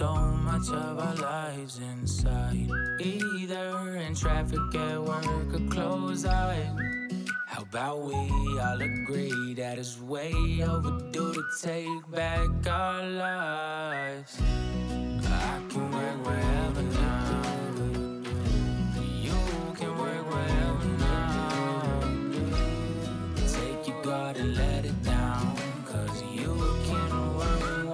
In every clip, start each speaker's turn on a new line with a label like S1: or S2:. S1: much of our lives inside. Either in traffic at work or close eyes. How about we all agree that it's way overdue to take back our lives? I can work wherever now. You can work wherever now. Take your guard and let it down. Cause you can work wherever now.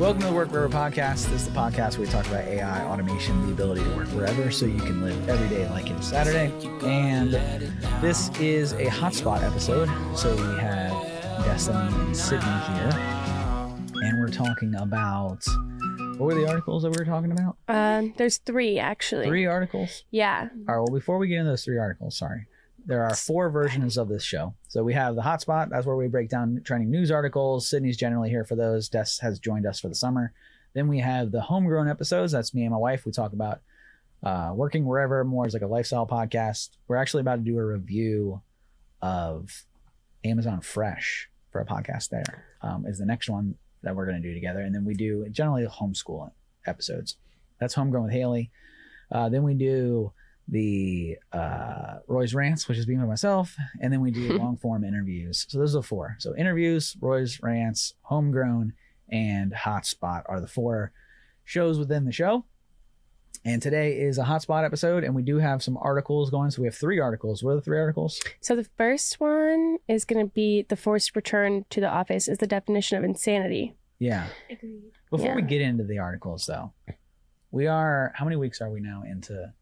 S2: Welcome to the Work Wherever podcast. This is the podcast where we talk about AI, automation, the ability to work wherever so you can live every day like it's Saturday. And this is a hotspot episode. So we have Destiny and Sydney here. And we're talking about what were the articles that we were talking about?
S3: Um, there's three actually.
S2: Three articles.
S3: Yeah.
S2: All right. Well, before we get into those three articles, sorry. There are four versions of this show. So we have the hotspot. That's where we break down trending news articles. Sydney's generally here for those. Des has joined us for the summer. Then we have the homegrown episodes. That's me and my wife. We talk about uh, working wherever more as like a lifestyle podcast. We're actually about to do a review of Amazon Fresh for a podcast. There um, is the next one that we're going to do together. And then we do generally homeschool episodes. That's homegrown with Haley. Uh, then we do the uh, Roy's rants, which is being by myself, and then we do long form interviews. So those are the four. So interviews, Roy's rants, homegrown, and hotspot are the four shows within the show. And today is a hotspot episode, and we do have some articles going. So we have three articles. What are the three articles?
S3: So the first one is going to be the forced return to the office is the definition of insanity.
S2: Yeah.
S4: Agreed.
S2: Before we
S3: Yeah.
S2: get into the articles, though, we are how many weeks are we now into?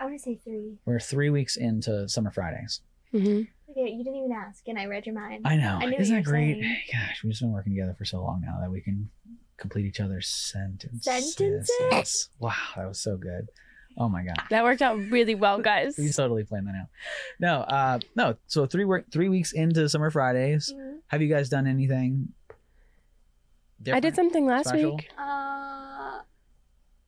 S4: I want to say three.
S2: We're three weeks into Summer Fridays.
S3: Mm-hmm.
S4: Okay, you didn't even ask, and I read your mind.
S2: I know.
S4: I knew what
S2: Isn't
S4: you
S2: that
S4: were
S2: great?
S4: saying.
S2: Gosh, we've just been working together for so long now that we can complete each other's sentences.
S4: Sentences?
S2: Wow, that was so good. Oh my god,
S3: That worked out really well, guys.
S2: we totally planned that out. No, uh, no. So three work three weeks into Summer Fridays.
S4: Mhm.
S2: Have you guys done anything?
S3: I did
S2: different?
S3: something last
S2: Special?
S3: week.
S4: Uh,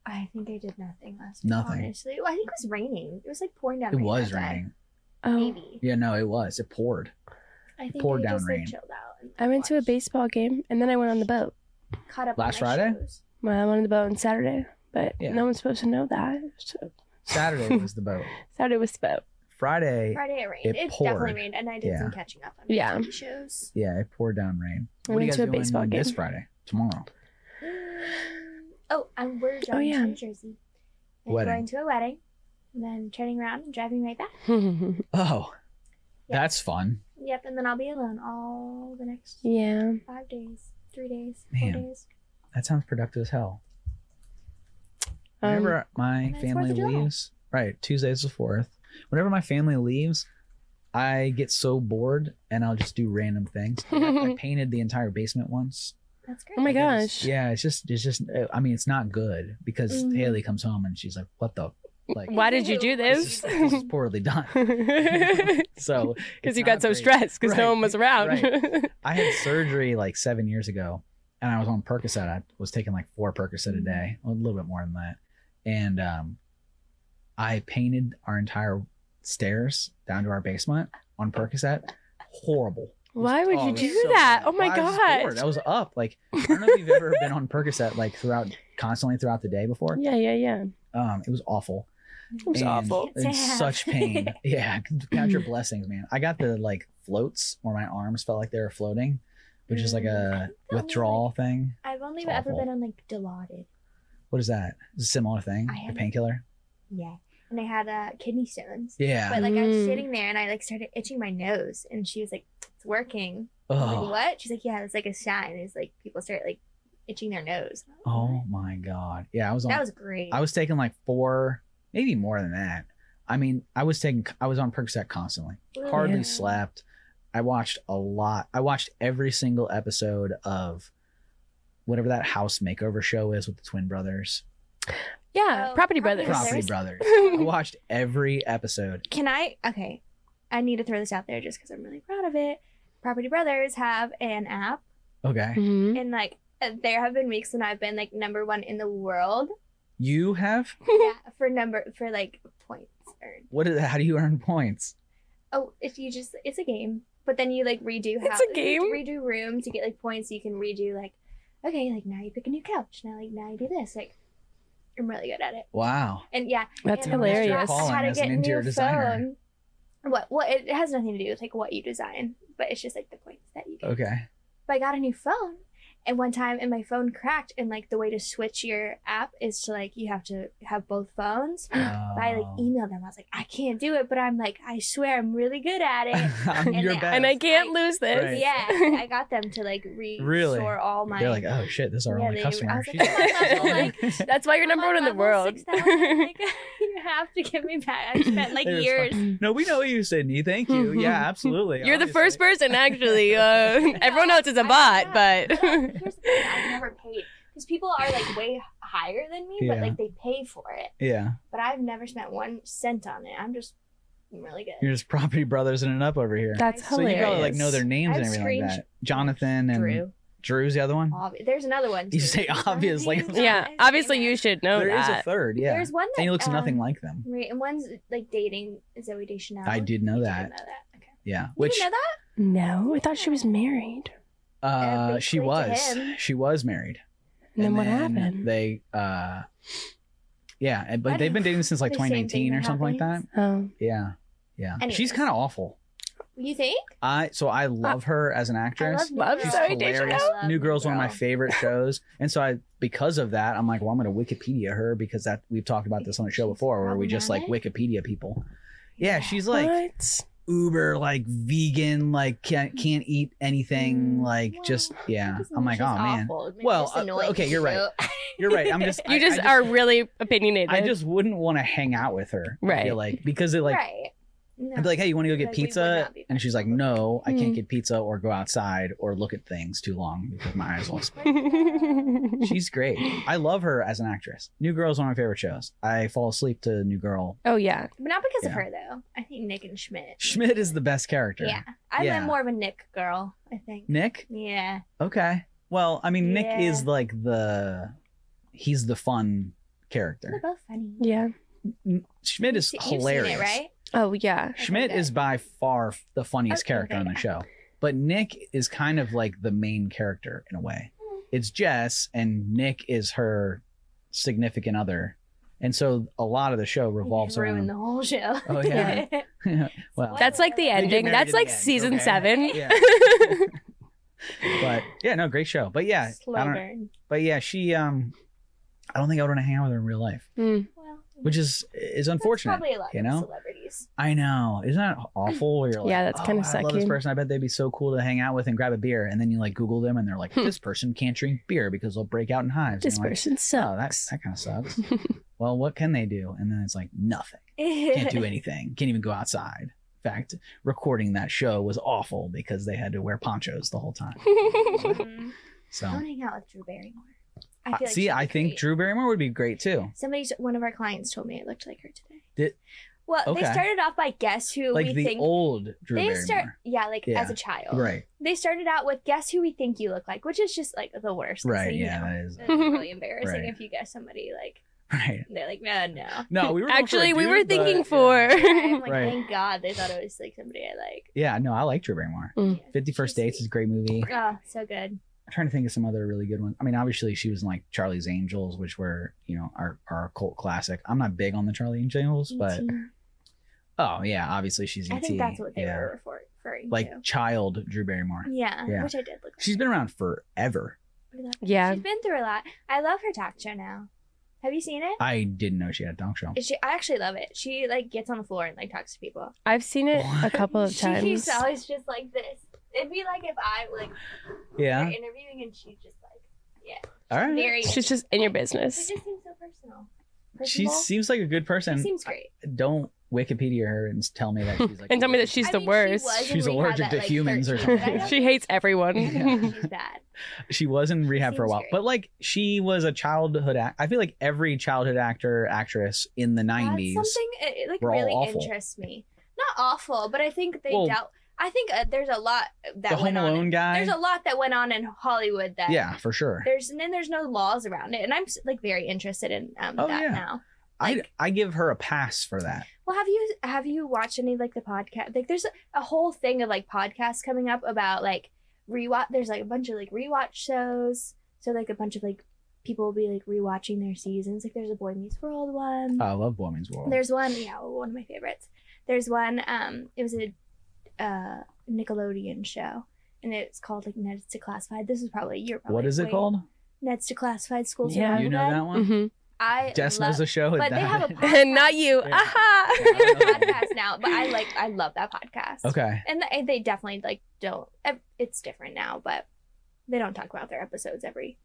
S4: I think I did nothing last week.
S2: Nothing.
S4: Honestly, well, I think it was raining. It was like pouring down.
S2: It
S4: rain
S2: was
S4: that day.
S2: raining.
S3: Oh,
S4: Maybe.
S2: Yeah, no, it was. It poured.
S4: I think
S2: poured
S4: I
S2: down
S4: just,
S2: rain.
S4: Like, chilled out and
S3: I went to a
S4: watched-
S3: baseball game and then I went on the boat.
S4: Caught up
S2: Last
S4: on my
S2: Friday?
S4: shows.
S3: Well, I went on the boat on Saturday, but
S2: Yeah.
S3: no one's supposed to know that. So
S2: Saturday was the boat.
S3: Saturday was the boat.
S2: Friday,
S4: Friday it rained.
S2: it
S4: It,
S2: poured.
S4: definitely rained, and I did some catching up on my
S3: Yeah.
S4: TV shows.
S2: yeah, it poured down rain.
S3: I
S2: What are you
S3: went
S2: guys
S3: to a
S2: doing
S3: baseball game.
S2: this Friday? Tomorrow.
S4: oh, and we're driving
S3: yeah.
S4: to New Jersey. And
S2: Wedding.
S4: Going to a wedding, and then turning around and driving right back.
S2: Oh,
S4: Yeah.
S2: that's fun.
S4: Yep, and then I'll be alone all the next
S3: yeah.
S4: five days, three days,
S2: Man.
S4: four days.
S2: That sounds productive as hell.
S3: Um,
S2: Whenever my
S4: and it's
S2: family
S4: Fourth of July.
S2: leaves, right, Tuesday's the fourth. Whenever my family leaves, I get so bored and I'll just do random things. I, I painted the entire basement once.
S4: That's great.
S3: oh my
S2: I did this-
S3: gosh.
S2: Yeah, it's just it's just uh, I mean it's not good because
S3: Mm-hmm.
S4: Mhm.
S2: Haley comes home and she's like, "What the like
S3: Why did you do
S2: this is,
S3: this?
S2: this is poorly done."
S3: Because
S2: So it's
S3: you
S2: not
S3: got so
S2: great.
S3: stressed because
S2: Right,
S3: no one was around.
S2: I had surgery like seven years ago, and I was on Percocet. I was taking like four Percocet
S3: Mm-hmm.
S2: a day, a little bit more than that. And um, I painted our entire stairs down to our basement on Percocet. Horrible.
S3: Why would
S2: Oh,
S3: you
S2: it was
S3: do
S2: so
S3: that?
S2: bad.
S3: Oh my
S2: I was just bored.
S3: god.
S2: I was up. Like I don't know if you've ever been on Percocet like throughout constantly throughout the day before.
S3: Yeah, yeah, yeah.
S2: Um, it was awful.
S3: It was
S2: And
S3: awful.
S2: In such pain. yeah, count your blessings, man. I got the like floats where my arms felt like they were floating, which is like a
S4: Mm.
S2: withdrawal thing.
S4: I've only
S2: It's
S4: ever
S2: awful.
S4: been on like Dilaudid.
S2: What is that? It's a similar thing.
S4: I
S2: A
S4: haven't-
S2: painkiller.
S4: Yeah. And I had uh, kidney stones.
S2: Yeah.
S4: But like I
S3: Mm.
S4: was sitting there and I like started itching my nose and she was like, It's working. I was
S2: Oh.
S4: like, what? She's like, Yeah, it's like a sign. It's like people start like itching their nose. And I was
S2: Oh my god. Yeah, I was
S4: like,
S2: on.
S4: That was great.
S2: I was taking like four, maybe more than that. I mean, I was taking. I was on Percocet constantly.
S4: Ooh.
S2: Hardly
S3: Yeah.
S2: slept. I watched a lot. I watched every single episode of whatever that house makeover show is with the twin brothers.
S3: Yeah,
S4: Oh,
S3: Property Brothers.
S4: Property
S2: Property
S4: Brothers.
S2: Brothers. I watched every episode.
S4: Can I? Okay. I need to throw this out there just because I'm really proud of it. Property Brothers have an app
S2: Okay.
S3: Mhm.
S4: and like uh, there have been weeks when I've been like number one in the world
S2: You have
S4: yeah, for number for like points earned.
S2: what is how do you earn points?
S4: Oh, if you just it's a game, But then you like redo
S3: It's
S4: house-
S3: a game?
S4: redo room to get like points. So you can redo like, okay, like now you pick a new couch. Now like now you do this. Like, I'm really good at it.
S2: Wow.
S4: And yeah,
S3: That's
S4: and I'm just
S3: hilarious.
S4: taught How
S2: Calling
S4: to
S2: as an
S4: get a
S2: interior
S4: new
S2: designer.
S4: phone. What? Well, it has nothing to do with like what you design, but it's just like the points that you get.
S2: Okay.
S4: But I got a new phone, and one time, and my phone cracked, and like the way to switch your app is to like you have to have both phones. But I like
S2: Wow.
S4: emailed them. I was like, I can't do it, but I'm like, I swear, I'm really good at it.
S2: I'm
S4: and
S2: your
S4: then-
S2: best.
S3: and I can't
S4: I-
S3: lose this.
S2: Right.
S4: Yeah, I got them to like restore
S2: Really?
S4: all my.
S2: They're like, oh shit, this is our
S4: Yeah,
S2: only
S4: they- I
S2: customer.
S4: was
S2: She's
S4: like,
S3: "Oh my God,"
S2: She's-
S3: That's why you're number
S4: I'm
S3: one in the
S4: like, level
S3: world.
S4: six now, like, you have to give me back. I spent like
S2: It was
S4: years.
S2: no, we know you, Sydney. Thank you.
S4: Mm-hmm.
S3: Mhm.
S2: Yeah, absolutely.
S3: You're the first person, actually. Uh, everyone else is a
S4: I
S3: bot,
S4: know.
S3: but
S4: But, like, here's the thing, I've never paid because people are like way higher than me,
S2: Yeah.
S4: but like they pay for it.
S2: Yeah,
S4: But I've never spent one cent on it. I'm just really good.
S2: you're just property brothers in and up over here.
S3: that's
S4: So
S2: so you
S3: hilarious.
S2: probably like know their names and
S4: I've
S2: everything like
S4: screensh-
S2: that. Jonathan and
S4: Drew.
S2: Drew's the other one.
S4: Obvi- There's another one.
S2: You
S4: too.
S2: say obvious, like-
S4: Jonathan.
S3: yeah, obviously you should know
S2: There is a
S3: that.
S2: third, yeah.
S4: There's one that
S2: and he looks
S4: um,
S2: nothing like them.
S4: Right, and one's like dating Zoe Deschanel.
S2: I did know
S4: You
S2: that.
S4: Didn't know that. Okay.
S2: Yeah,
S4: Which
S2: which
S4: you didn't know that?
S3: no, I thought she was married.
S2: uh,
S4: Every
S2: she
S4: clue to
S2: was.
S4: him.
S2: She was married.
S3: And then what
S2: then
S3: happened?
S2: They, uh, yeah, and-
S4: I
S2: but they've been dating since like
S4: the same
S2: 2019
S4: thing
S2: or
S4: that
S2: something like that.
S4: happens.
S3: Um,
S2: Yeah, yeah. She's
S4: Anyways.
S2: kind of awful.
S4: You think?
S2: I so I love her as an
S4: I
S2: actress.
S4: love,
S3: Love
S4: New Girl.
S3: Zoe Deschanel.
S4: I love
S2: New Girl's one of my
S4: Girl.
S2: favorite shows, and so I because of that I'm like, well, I'm gonna Wikipedia her because that we've talked about this on the show
S4: She's
S2: before, where we just like Wikipedia people. Yeah, she's like
S3: what?
S2: uber like vegan, like can't can't eat anything,
S4: Mm,
S2: like
S4: well,
S2: just yeah.
S4: She's-
S2: I'm like,
S4: she's
S2: oh man,
S4: awful. Maybe
S2: Well,
S4: just
S2: uh,
S4: annoying
S2: okay, you're right.
S4: too.
S2: you're right. I'm just
S3: You
S2: I-
S3: just,
S2: I
S3: are really opinionated.
S2: I just wouldn't want to hang out with her. I
S3: Right.
S2: feel like because it like
S4: right. No.
S2: I'd be like, hey, you want to go get
S4: Like, we would
S2: pizza?
S4: not be
S2: And she's like,
S4: friends. Hmm.
S2: no, I
S3: Mm.
S2: can't get pizza or go outside or look at things too long because my eyes will. She's great. I love her as an actress. New Girl is one of my favorite shows. I fall asleep to New Girl.
S3: oh yeah,
S4: but not because of
S2: Yeah.
S4: her though. I think Nick and Schmidt.
S2: Schmidt is the best character.
S4: Yeah, I'm
S2: Yeah.
S4: more of a Nick girl. I think.
S2: Nick?
S4: Yeah.
S2: Okay. Well, I mean, Nick
S4: Yeah.
S2: is like the he's the fun
S4: They're
S2: character.
S4: both funny.
S3: yeah.
S2: Schmidt is
S4: You've seen- you've seen
S2: hilarious.
S4: it, right?
S3: Oh yeah.
S2: Schmidt
S4: Okay.
S2: is by far the funniest
S4: Okay,
S2: character on the
S4: okay.
S2: show. But Nick is kind of like the main character in a way. It's Jess and Nick is her significant other. And so a lot of the show revolves
S4: You
S2: around
S4: ruined the whole show.
S2: Oh, yeah. well,
S3: That's like the
S4: They get
S3: ending.
S2: married
S3: That's
S2: in the
S3: like
S2: end,
S3: season
S2: okay?
S3: seven.
S2: Yeah. but yeah, no, great show. But yeah, I
S4: Slow
S2: don't,
S4: burn.
S2: but yeah, she um I don't think I would want to hang out with her in real life,
S3: Mm.
S4: Well,
S2: which is is
S4: that's
S2: unfortunate.
S4: Probably a lot
S2: you
S4: of
S2: know?
S4: celebrities.
S2: I know. Isn't that awful? Where you're like, "Oh,
S3: Yeah, that's kinda
S2: I love this
S3: sucky.
S2: person. I bet they'd be so cool to hang out with and grab a beer. And then you like Google them and they're like, this person can't drink beer because they'll break out in hives.
S3: Hmm. This
S2: and you're
S3: person
S2: like, oh, that,
S3: sucks.
S2: that kind of sucks. well, what can they do? And then it's like, nothing. Can't do anything. Can't even go outside. In fact, recording that show was awful because they had to wear ponchos the whole time.
S4: Mhm.
S2: So,
S4: I want to hang out with Drew Barrymore.
S2: I-
S4: I feel like she'd
S2: see,
S4: be
S2: I think
S4: great.
S2: Drew Barrymore would be great too.
S4: Somebody, one of our clients told me I looked like her today.
S2: Did-
S4: well, they
S2: okay.
S4: started off by guess who
S2: Like
S4: we
S2: the
S4: think
S2: old Drew
S4: they
S2: Barrymore.
S4: start, yeah, like
S2: Yeah.
S4: as a child,
S2: right,
S4: They started out with guess who we think you look like, which is just like the worst. 'cause
S2: right.
S4: then, you
S2: Yeah,
S4: know,
S2: that is
S4: it's really embarrassing
S2: Right.
S4: if you guess somebody like
S2: right.
S4: they're like no no.
S2: No, we were going for a
S3: Actually, we were
S2: dude, but-
S3: thinking
S2: yeah.
S3: for.
S4: I'm like
S2: Right.
S4: thank God they thought it was like somebody I like.
S2: Yeah, no, I like Drew Barrymore.
S3: Mm.
S4: Yeah,
S2: Fifty First
S4: she's
S2: Dates is a great movie.
S4: sweet. Oh, so good.
S2: I'm trying to think of some other really good ones. I mean, obviously she was in like Charlie's Angels, which were you know our our cult classic. I'm not big on the Charlie Angels, but
S4: E.T..
S2: oh yeah, obviously she's.
S4: I think
S2: ET,
S4: that's what they
S2: yeah.
S4: were refer- referring
S2: Like
S4: to. Mm-hmm.
S2: child Drew Barrymore.
S4: Yeah,
S2: Yeah.
S4: which I did look.
S2: She's been around forever.
S4: around.
S3: Yeah.
S4: she's been through a lot. I love her talk show now. Have you seen it?
S2: I didn't know she had a talk show.
S4: She, I actually love it. She like gets on the floor and like talks to people.
S3: I've seen it a
S2: What?
S3: couple of
S4: She, she's
S3: times.
S4: always just like this. It'd be like if I like were
S2: Yeah.
S4: interviewing and she's just like
S2: All right.
S4: very.
S3: She's just in your
S4: She
S3: business.
S4: just seems so personal.
S2: she
S4: Personable.
S2: seems like a good
S4: She
S2: person.
S4: seems great.
S2: Don't Wikipedia her and tell me that she's like.
S3: And tell me that she's
S4: I
S3: the
S4: mean, she
S3: worst.
S4: was in
S2: She's
S4: rehab
S2: allergic
S4: at,
S2: to
S4: like,
S2: humans or
S4: 13, but I
S2: something.
S4: don't
S3: she
S4: think
S3: hates everyone.
S2: Yeah.
S4: She's bad.
S2: she was in rehab for a
S4: Seems
S2: while,
S4: great.
S2: but like she was a childhood. Act- I feel like every childhood actor actress in the
S4: That's
S2: '90s.
S4: something it, it, like
S2: were all
S4: really
S2: awful.
S4: interests me. Not awful, but I think they
S2: Well,
S4: dealt. I think uh, there's a lot that
S2: the
S4: went
S2: Home
S4: on.
S2: Alone guy.
S4: There's a lot that went on in Hollywood that
S2: yeah, for sure.
S4: There's and then there's no laws around it, and I'm like very interested in um,
S2: Oh,
S4: that
S2: yeah.
S4: now.
S2: I
S4: Like-
S2: I give her a pass for that.
S4: Well, have you have you watched any like the podcast? Like, there's a, a whole thing of like podcasts coming up about like rewatch. There's like a bunch of like rewatch shows. So like a bunch of like people will be like rewatching their seasons. Like there's a Boy Meets World one.
S2: Uh, I love Boy Meets World.
S4: There's one, yeah, oh, one of my favorites. There's one. Um, it was a uh, Nickelodeon show, and it's called like Ned's Declassified. This is probably your. Probably
S2: what is it
S4: way-
S2: called?
S4: Ned's Declassified School.
S3: Yeah.
S4: Survival
S2: You know
S4: Guide.
S2: that one?
S3: Mhm.
S4: I
S2: Jess
S4: love,
S2: knows the show.
S4: but they have a podcast.
S3: And not you.
S2: Yeah.
S4: They have a
S3: Aha.
S4: podcast now, but I like I love that podcast.
S2: okay.
S4: and th- they definitely like don't ev- it's different now but they don't talk about their episodes every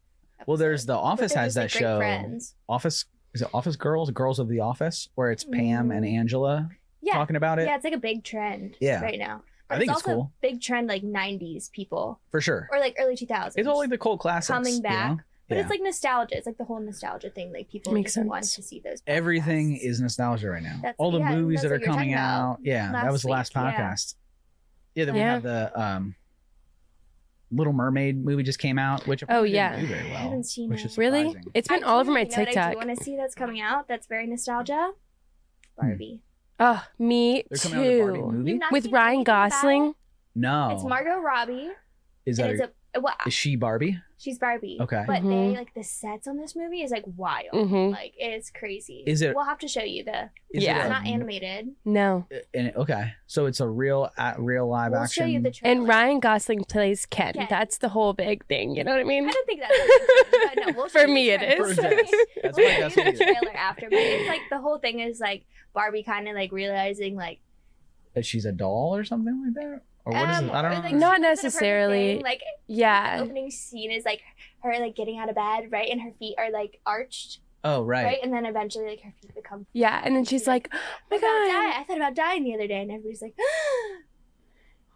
S2: Well, there's
S4: episode.
S2: The
S4: But
S2: Office
S4: they're
S2: has
S4: just, like,
S2: that
S4: great
S2: show.
S4: friends.
S2: Office is it Office Girls? Girls of the Office, where it's Pam and Angela
S4: Mm-hmm. yeah
S2: talking about it.
S4: yeah it's like a big trend
S2: Yeah.
S4: right now
S2: I think it's,
S4: also
S2: cool
S4: big trend like 90s people
S2: for sure.
S4: or like early 2000s
S2: It's all like the cult classics
S4: coming
S2: you
S4: back
S2: know?
S4: but
S2: yeah.
S4: it's like nostalgia it's like the whole nostalgia thing like people
S3: Makes
S4: just want
S3: sense.
S4: to see those
S2: Everything
S4: podcasts.
S2: is nostalgia right now.
S4: That's-
S2: all the
S4: yeah,
S2: movies
S4: that's
S2: that are
S4: what you were
S2: coming
S4: talking about
S2: out. Yeah, that
S4: last
S2: was the
S4: week,
S2: last
S4: yeah.
S2: podcast. Yeah, then
S3: Yeah.
S2: we have the um, Little Mermaid movie just came out, which apparently
S3: Oh, yeah.
S2: didn't do very well.
S4: I haven't seen
S2: which
S4: it.
S2: is
S3: Really?
S2: surprising.
S3: It's been all over my
S4: Actually, you know what I
S3: TikTok.
S4: do want to see that's coming out that's very nostalgia
S2: Hmm.
S4: Barbie
S3: Oh, me
S2: They're coming out with a Barbie
S3: too.
S2: movie.
S4: You've not
S3: With
S4: seen
S3: Ryan
S4: anything about it?
S3: Gosling.
S2: No,
S4: it's Margot Robbie
S2: Oh. Is that
S4: and
S2: a,
S4: it's a well
S2: is she Barbie?
S4: She's Barbie.
S2: Okay.
S4: But
S3: Mhm.
S4: they like the sets on this movie is like wild.
S3: Mhm.
S4: Like it's crazy.
S2: Is it- Mm-hmm.
S4: We'll have to show you the.
S2: Is
S3: Yeah.
S2: it
S4: It's
S2: a-
S4: not animated.
S3: No.
S2: And, okay, so it's a real at real live
S4: we'll
S2: action.
S4: show you the trailer.
S3: And Ryan Gosling plays Ken.
S4: Ken.
S3: That's the whole big thing. You know what I
S4: I
S3: mean?
S4: don't think that's. But no, we'll show
S3: For
S4: you
S3: me,
S4: the
S3: it
S4: trailer.
S3: is.
S2: For Jess. That's
S4: we'll
S2: my
S4: show
S2: guess.
S4: you the trailer after, but it's like the whole thing is like Barbie kind of like realizing like
S2: That she's a doll or something like that, or what is
S4: um,
S2: it? I
S4: or,
S2: don't
S4: like,
S2: know.
S3: Not
S4: she lives in a perfect
S3: necessarily.
S4: thing, Like the
S3: Yeah.
S4: opening scene is like her like getting out of bed, right, and her feet are like arched,
S2: Oh
S4: right,
S2: right.
S4: and then eventually like her feet become.
S3: Yeah. And then she's like, oh my
S4: I thought about
S3: God.
S4: dying. I thought about dying the other day, and everybody's like,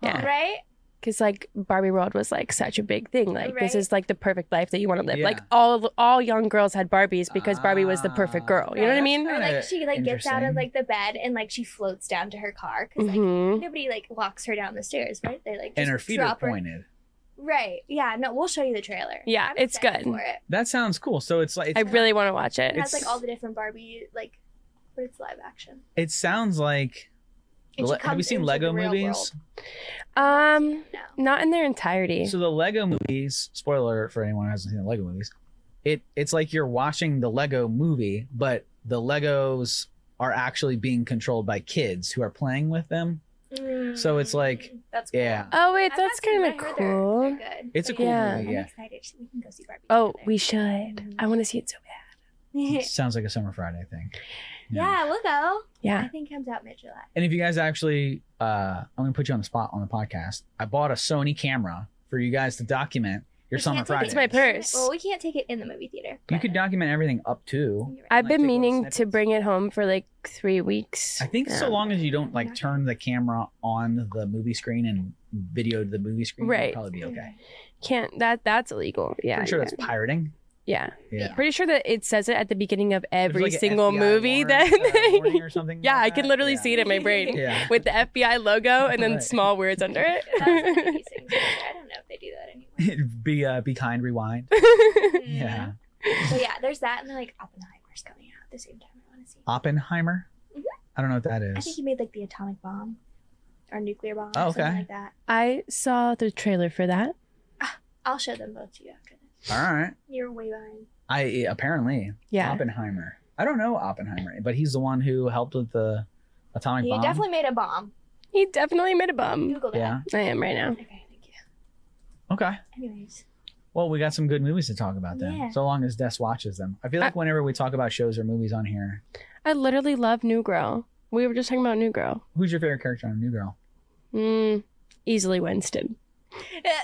S3: Yeah.
S4: right?
S3: Because like Barbie World was like such a big thing. Like this
S4: Right.
S3: is like the perfect life that you want to live.
S2: Yeah.
S3: Like all all young girls had Barbies because Barbie was the perfect
S2: Ah.
S3: girl. You know what I
S2: Right.
S3: mean?
S4: Or like she like gets out
S2: Interesting.
S4: of like the bed and like she floats down to her car because like
S3: hmm
S4: nobody like walks her down the stairs, right? They like
S2: and
S4: just
S2: her feet are
S4: drop her-
S2: pointed.
S4: Right. Yeah. No, we'll show you the trailer.
S3: Yeah,
S4: I'm
S3: it's
S4: excited
S3: good.
S4: For it.
S2: That sounds cool. So it's like
S3: I
S2: it's,
S3: really want to watch it.
S4: It has like
S2: It's-
S4: all the different Barbie like, but it's live action.
S2: it sounds like.
S4: And she
S2: Le- have you
S4: comes
S2: seen
S4: into
S2: Lego
S4: the real
S2: movies?
S3: Um,
S4: world. No.
S3: not in their entirety.
S2: So the Lego movies. Spoiler alert for anyone who hasn't seen the Lego movies. It it's like you're watching the Lego movie, but the Legos are actually being controlled by kids who are playing with them. So it's like-
S4: Mm, that's
S2: yeah.
S3: oh wait,
S4: I've
S3: that's
S4: not seen
S3: kind
S4: it.
S3: of
S4: I heard they're-
S3: cool.
S4: they're good.
S2: It's a
S4: But
S2: cool
S3: Yeah.
S2: movie.
S4: I'm
S2: Yeah,
S4: excited. We can go see Barbie.
S3: Oh,
S4: together.
S3: we should. I want to see it so bad.
S4: yeah.
S2: It sounds like a summer Friday thing.
S4: we'll go. I
S3: Yeah.
S4: think it comes out mid July.
S2: And if you guys actually, uh, I'm gonna put you on the spot on the podcast. I bought a Sony camera for you guys to document your
S4: We
S2: summer
S4: can't take
S2: Friday.
S4: it-
S3: It's my purse.
S4: Well, we can't take it in the movie theater.
S2: You
S4: but-
S2: could document everything up to.
S4: You're right.
S3: I've
S2: like,
S3: been
S2: take little
S3: meaning to
S2: snippets.
S3: bring it home for like three weeks.
S2: I think
S3: Yeah.
S2: so long as you don't like turn the camera on the movie screen and video to the movie screen, you'll
S3: Right.
S2: probably be okay.
S3: Can't that that's illegal. Yeah.
S2: Pretty sure
S3: yeah.
S2: that's pirating.
S3: yeah.
S2: Yeah.
S3: Pretty sure that it says it at the beginning of
S2: There's,
S3: every
S2: like, a
S3: single
S2: FBI
S3: movie
S2: warrant,
S3: that
S2: uh, warning or something.
S3: Yeah,
S2: like
S3: I can
S2: that.
S3: literally
S2: Yeah.
S3: see it in my brain.
S2: Yeah.
S3: With the FBI logo and then
S2: Right.
S3: small words under
S4: That was one of
S3: it.
S4: these things. I don't know if they do that anymore.
S2: be uh, be kind. Rewind. Yeah.
S4: Mm-hmm. So yeah, there's that, and then like Oppenheimer's coming out at the same time. I want to see.
S2: Oppenheimer.
S4: Mhm.
S2: Mm-hmm. I don't know what that
S4: I
S2: is.
S4: think he made like the atomic bomb, or nuclear bomb,
S2: Oh,
S4: or something
S2: okay.
S4: like that.
S3: I saw the trailer for that.
S4: I'll show them both to you after this.
S2: All right.
S4: You're way behind.
S2: I e, apparently
S3: Yeah.
S2: Oppenheimer. I don't know Oppenheimer, but he's the one who helped with the atomic
S4: You
S2: bomb. Mm,
S4: definitely made a bomb.
S3: He definitely made a bum.
S4: Google that.
S2: Yeah.
S3: I am right now.
S4: Okay, thank you.
S2: Okay.
S4: Anyways,
S2: Well, we got some good movies to talk about then.
S4: Yeah.
S2: So long as Des watches them. I
S3: Uh,
S2: feel like whenever we talk about shows or movies on here,
S3: I literally love New Girl. We were just talking about New Girl.
S2: who's your favorite character on New Girl?
S3: Mm, easily Winston.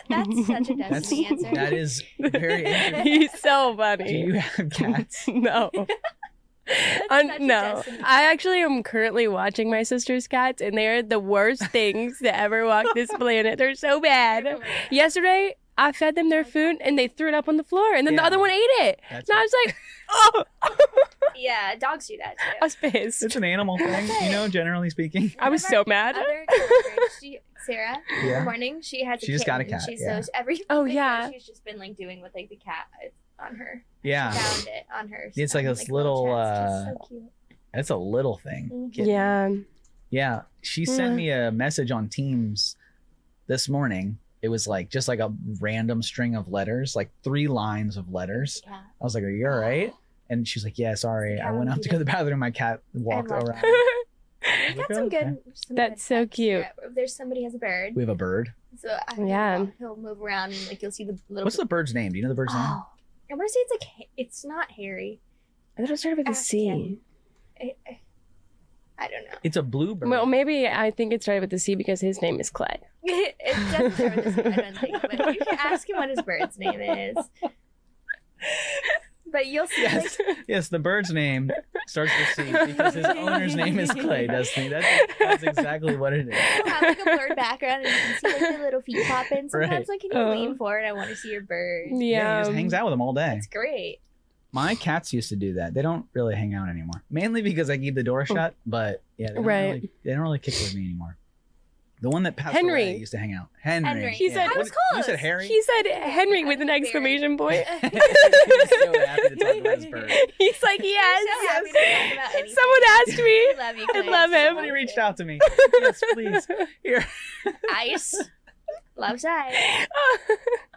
S4: that's such a Destiny
S3: That's-
S4: answer.
S2: That is very interesting.
S3: He's so
S2: Do
S3: funny.
S2: you have cats?
S3: no.
S4: That's
S3: Um,
S4: such a
S3: no,
S4: Destiny-
S3: I actually am currently watching my sister's cats, and they are the worst things that ever walked this planet. They're so bad. Yesterday, I fed them their food, and they threw it up on the floor, and then the
S2: Yeah.
S3: other one ate it.
S2: That's
S3: And I was like, oh,
S4: Yeah, dogs do that
S3: I
S4: too.
S3: was pissed.
S2: it's an animal thing, you know, generally speaking.
S3: I was so mad.
S4: Other coworkers, she, Sarah, in the
S2: Yeah.
S4: morning, she has.
S2: She just got a
S4: kitten, and
S2: cat,
S4: She's
S2: yeah.
S4: so every.
S3: Oh, yeah.
S4: She's just been like doing with like the cat on her.
S2: Yeah.
S4: found it on her.
S2: Ah. It's like
S4: um,
S2: this
S4: little
S2: little, uh,
S4: chest. She's so cute.
S2: It's a little thing.
S4: Mhm.
S2: Kitten.
S3: Yeah.
S2: Yeah. She sent
S3: Mm-hmm. Mm.
S2: me a message on Teams this morning. It was like just like a random string of letters, like three lines of letters.
S4: Yeah.
S2: I was like, Are you all right? And she's like, Yeah, sorry. I
S4: Cat
S2: went
S4: would
S2: out
S4: be
S2: to go to the
S4: like-
S2: bathroom. My cat walked
S4: love
S2: around.
S4: We got some
S2: Okay.
S4: good. Some good
S3: That's so
S4: facts here.
S3: cute.
S4: There's somebody has a bird.
S2: We have a bird.
S4: So I think
S3: Yeah.
S4: he'll- he'll move around and like you'll see the little.
S2: What's the bird's name? Do you know the bird's name?
S4: Oh, I want to say it's like Ha- it's not Harry.
S3: I thought it started with a
S4: Ask
S3: C.
S4: him. I, I- I don't know.
S2: It's a bluebird.
S3: Well, maybe I think it started with a C because his name is Clay.
S4: it doesn't start with a C, I don't think, but you can ask him what his bird's name is. But you'll see. like,
S3: Yes.
S2: Yes, the bird's name starts with C because his owner's name is Clay, Destiny. That's, that's exactly what it is.
S4: We'll have like a blurred background and you can see like the little feet pop in. Sometimes
S2: Right.
S4: like can you
S3: Oh.
S4: lean forward? I want to see your bird.
S2: he just
S3: um,
S2: hangs out with them all day.
S4: It's great.
S2: My cats used to do that. They don't really hang out anymore, mainly because I keep the door shut. But yeah, they don't
S3: Right.
S2: Really, they don't really kick with me anymore. The one that passed
S3: Henry.
S2: away used to hang out. Henry.
S4: Henry.
S3: He said-
S4: I
S2: What
S4: was
S2: did-
S4: close.
S2: You said Harry.
S3: He said Henry with an
S4: Very.
S3: exclamation point.
S4: I'm so
S2: was so happy to talk about his bird.
S3: He's like, yes.
S4: happy to talk about anything.
S3: Someone asked me.
S4: I love you.
S3: I
S4: Clay.
S3: love him.
S2: Somebody reached out to me. yes, please.
S4: Ice. Loves ice.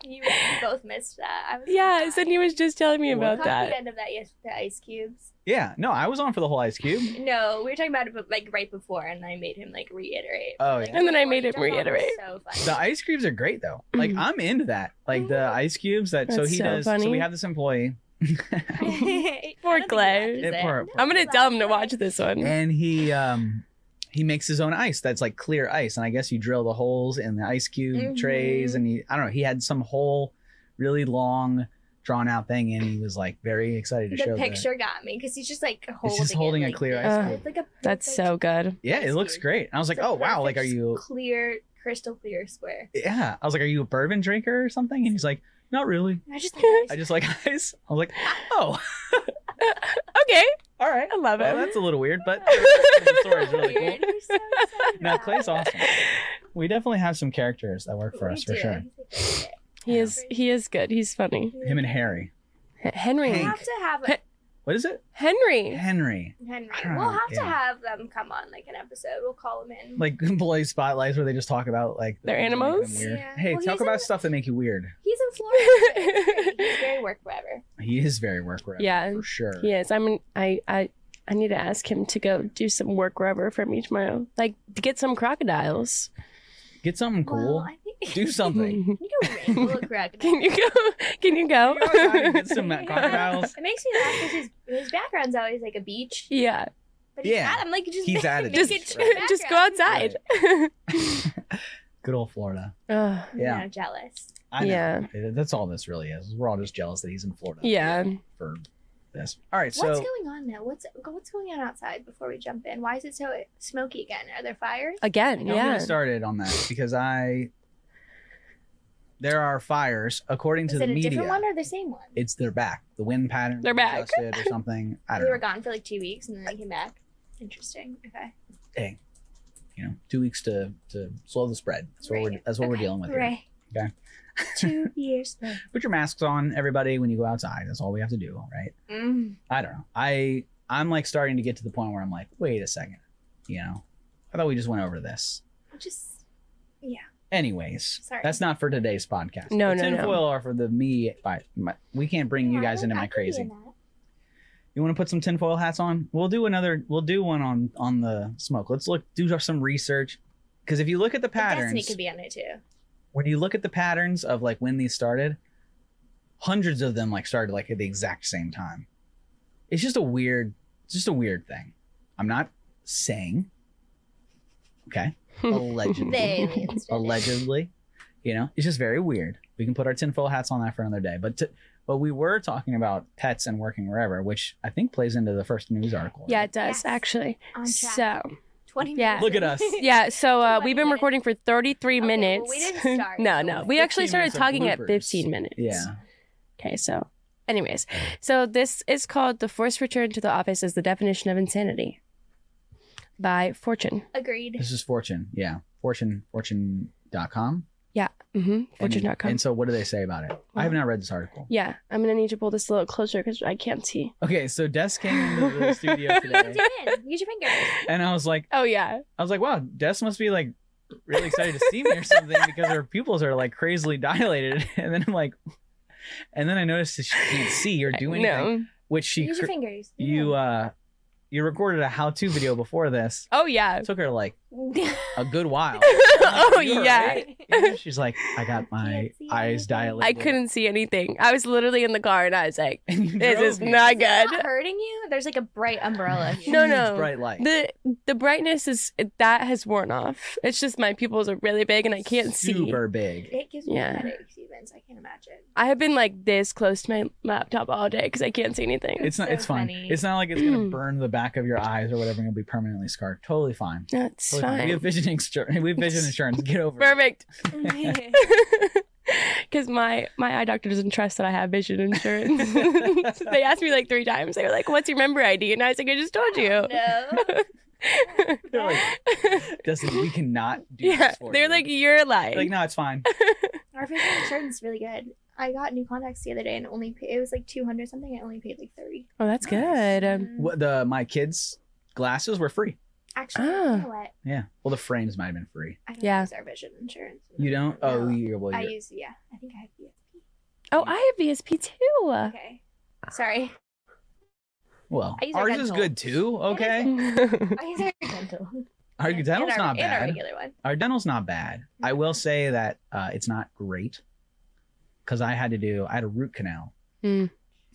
S4: You, you both missed that. I was
S3: Oh, yeah, Sydney was just telling me
S2: What?
S3: about
S4: Caught
S3: that.
S4: the end of that yes, the ice cubes.
S2: Yeah. No, I was on for the whole ice cube.
S4: No, we were talking about it, but like right before, and I made him like reiterate.
S2: Oh,
S4: Like,
S2: yeah.
S3: And then I
S4: before
S3: made
S4: you
S3: him
S4: jump on, it's
S3: reiterate.
S4: So funny.
S2: The ice cubes are great though. Like I'm into that. Like the ice cubes that so
S3: Mm. That's
S2: he
S3: so
S2: does so
S3: funny.
S2: we have this employee
S4: I don't think
S3: Poor
S4: he
S3: Clay.
S4: watches
S2: Yeah,
S4: it.
S2: poor-
S4: No,
S3: I'm gonna
S4: he
S3: tell him to watch
S4: loves it.
S3: this one.
S2: and he um he makes his own ice that's like clear ice and I guess you drill the holes in the ice cube trays
S4: Mhm.
S2: and he I don't know, he had some whole really long drawn out thing and he was like very excited to show
S4: The
S2: that.
S4: picture got me because he's just like holding,
S2: holding
S4: it,
S2: a
S4: like
S2: clear
S4: this.
S3: ice cube.
S4: It's like a
S3: That's
S4: perfect-
S3: so good.
S2: Yeah,
S4: ice
S2: it looks
S4: cube.
S2: great. And I was like,
S4: it's a
S2: "Oh wow, like are
S4: perfect
S2: you
S4: clear, crystal clear square?
S2: Yeah." I was like, "Are you a bourbon drinker or something?" And he's like, "Not really.
S4: I just, think
S2: I just like ice." I was like, "Oh,
S3: Okay,
S2: all right."
S3: I love
S2: Well,
S3: it.
S2: that's a little weird, but
S4: the
S2: story is really cool.
S4: He's so excited
S2: No,
S4: about
S2: Clay's
S4: it.
S2: awesome. We definitely have some characters that work for
S4: We
S2: us for
S4: do.
S2: sure.
S4: He's like,
S3: He is he is good. He's funny.
S4: "Yeah."
S2: Him and Harry.
S3: H- Henry.
S4: We
S2: Hank.
S4: have to have a-
S2: What is it?
S3: Henry.
S2: Henry.
S4: Henry.
S2: I don't
S4: We'll
S2: know,
S4: have to
S2: yeah.
S4: have them come on like an episode. We'll call them in.
S2: Like employee spotlights where they just talk about like
S3: Their
S2: things that make them
S3: animals?
S2: weird.
S4: Yeah.
S2: Hey,
S4: Well,
S2: talk
S4: he's
S2: about
S4: in-
S2: stuff that make you weird.
S4: He's in Florida. so it's great. He's very work forever.
S2: He is very work ready.
S3: Yeah,
S2: for sure.
S3: He is. I'm I I I need to ask him to go do some work rubber from each mile. Like to get some crocodiles.
S2: Get something cool.
S4: Well, I think
S2: Do something.
S3: Can
S4: you can wrangle a crocodile.
S3: you go? Can you go?
S2: You know, I gotta get some crocodiles.
S4: It makes me laugh because his, his background's always like a beach.
S3: yeah.
S4: But he's
S2: Yeah.
S4: at, I'm like just
S2: He's at it.
S4: make
S3: Just
S2: Make
S4: it
S2: right.
S3: just go
S4: background.
S3: outside.
S2: Good old Florida.
S3: Ugh.
S4: I'm
S2: Yeah.
S4: now jealous.
S2: I know.
S3: Yeah.
S2: It- That's all this really is. We're all just jealous that he's in Florida.
S3: yeah.
S2: For this. All right.
S4: what's
S2: So
S4: going on now? What's what's going on outside before we jump in? Why is it so smoky again? Are there fires?
S3: Again.
S2: Don't
S3: Yeah.
S2: get started on that because I. There are fires, according to
S4: is
S2: the
S4: it a
S2: media.
S4: different one or the same one?
S2: it's their back. The wind pattern.
S3: They're back.
S2: adjusted or something. I
S4: They
S2: don't
S4: were
S2: know.
S4: gone for like two weeks and then they came back. Interesting. Okay.
S2: Hey, you know, two weeks to to slow the spread. That's what we're
S4: Right.
S2: that's what we're
S4: Okay.
S2: dealing with here.
S4: Right.
S2: Okay.
S4: two years later.
S2: Put your masks on, everybody, when you go outside. That's all we have to do, right?
S4: Mm.
S2: I don't know. I I'm like starting to get to the point where I'm like, wait a second, you know, I thought we just went over this.
S4: Just
S2: Anyways,
S4: Sorry.
S2: that's not for today's podcast.
S3: No,
S2: the
S3: no, no.
S2: tinfoil are for the me. By my, we can't bring you
S4: Yeah, I
S2: guys
S4: think
S2: into
S4: I
S2: my
S4: could be in
S2: crazy.
S4: that.
S2: You want to put some tinfoil hats on? We'll do another. We'll do one on on the smoke. Let's look do some research because if you look at the
S4: But Destiny
S2: patterns,
S4: could be on it too.
S2: when you look at the patterns of like when these started, hundreds of them like started like at the exact same time. It's just a weird, it's just a weird thing. I'm not saying. Okay, allegedly,
S4: They aliens did it.
S2: allegedly, you know, it's just very weird. We can put our tinfoil hats on that for another day, but. To, but we were talking about pets and working wherever, which I think plays into the first news article.
S3: Yeah,
S2: right?
S3: it does
S4: Yes.
S3: actually.
S4: On track.
S3: So
S4: Twenty.
S3: yeah.
S4: minutes
S2: Look at
S4: in.
S2: us.
S3: yeah, so uh,
S4: Wait a
S3: we've been
S4: minute.
S3: recording for 33
S4: Okay, well, we
S3: minutes.
S4: didn't start,
S3: no,
S4: so
S3: no,
S4: like
S3: we actually
S2: 15 minutes
S3: started
S2: of
S3: talking at
S2: bloopers.
S3: 15 minutes.
S2: Yeah.
S3: Okay, so, anyways, so this is called "The Forced Return to the Office" is the definition of insanity by Fortune.
S4: Agreed.
S2: This is Fortune. Yeah. Fortune, fortune.com.
S3: Mm-hmm.
S2: And-
S3: Fortune.com.
S2: And so, what do they say about it? I have not read this article.
S3: yeah, I'm gonna need you to pull this a little closer because I can't see.
S2: Okay, so Des came into the studio today,
S4: Use your hand. Use your fingers.
S2: and I was like,
S3: Oh yeah,
S2: I was like, wow, Des must be like really excited to see me or something because her pupils are like crazily dilated. And then I'm like, and then I noticed that she can't see or do anything,
S3: no.
S2: which she
S4: Use
S2: cr-
S4: your fingers.
S2: you uh you recorded a how-to video before this.
S3: Oh yeah.
S2: It took her like
S4: Yeah.
S2: a good while.
S3: oh
S2: You were
S3: yeah.
S2: right. And She's like, I got my
S4: Can't see
S2: eyes
S4: anything. I
S2: dilated.
S3: I couldn't see anything. I was literally in the car and I was like,
S2: And you
S3: this
S2: drove
S3: is
S2: me.
S3: not
S4: It's
S3: good.
S4: not hurting you. There's like a bright umbrella.
S2: Huge
S3: No,
S4: here.
S3: no.
S2: bright light.
S3: The the brightness is that has worn off. It's just my pupils are really big and I can't see.
S2: Super big.
S4: It gives me
S3: Yeah.
S4: headaches even, so I can't imagine.
S3: I have been like this close to my laptop all day because I can't see anything.
S2: It's not.
S4: so
S2: it's fine.
S4: funny.
S2: It's not like it's
S3: Mm.
S2: gonna burn the back of your eyes or whatever. and You'll be permanently scarred. Totally fine.
S3: No, it's
S2: Totally
S3: fine.
S2: We have vision insurance. We have vision insurance. Get over it.
S3: Perfect. Because my my eye doctor doesn't trust that I have vision insurance. they asked me like three times. They were like, "What's your member ID?" And I was like, "I just told you."
S4: no.
S2: They're like, Dustin, we cannot do
S3: yeah,
S2: this for
S3: they're
S2: you.
S3: like, "You're lying."
S2: like, no, it's fine.
S4: Our vision insurance is really good. I got new contacts the other day and only paid, it was like 200 something. I only paid like 30.
S3: oh, that's
S2: Nice.
S3: good. Um,
S4: Mm.
S2: What the my kids' glasses were free.
S4: Actually,
S3: Ah.
S4: you know what?
S2: Yeah. Well, the frames might have been free.
S4: I don't
S3: Yeah.
S4: use our vision insurance.
S2: You don't? Oh,
S4: No.
S2: you're well.
S4: I
S2: You're,
S4: use, yeah. I think I have VSP.
S3: oh, I have VSP too.
S4: Okay. Sorry.
S2: well,
S4: I use a
S2: ours is
S4: dental.
S2: good too.
S4: It
S2: Okay.
S4: I use our dental.
S2: Our
S4: And-
S2: dental's
S4: and our-
S2: not
S4: And our
S2: bad.
S4: regular one.
S2: Our dental's not bad. I will say that uh, it's not great because I had to do. I had a root canal.
S3: Mm.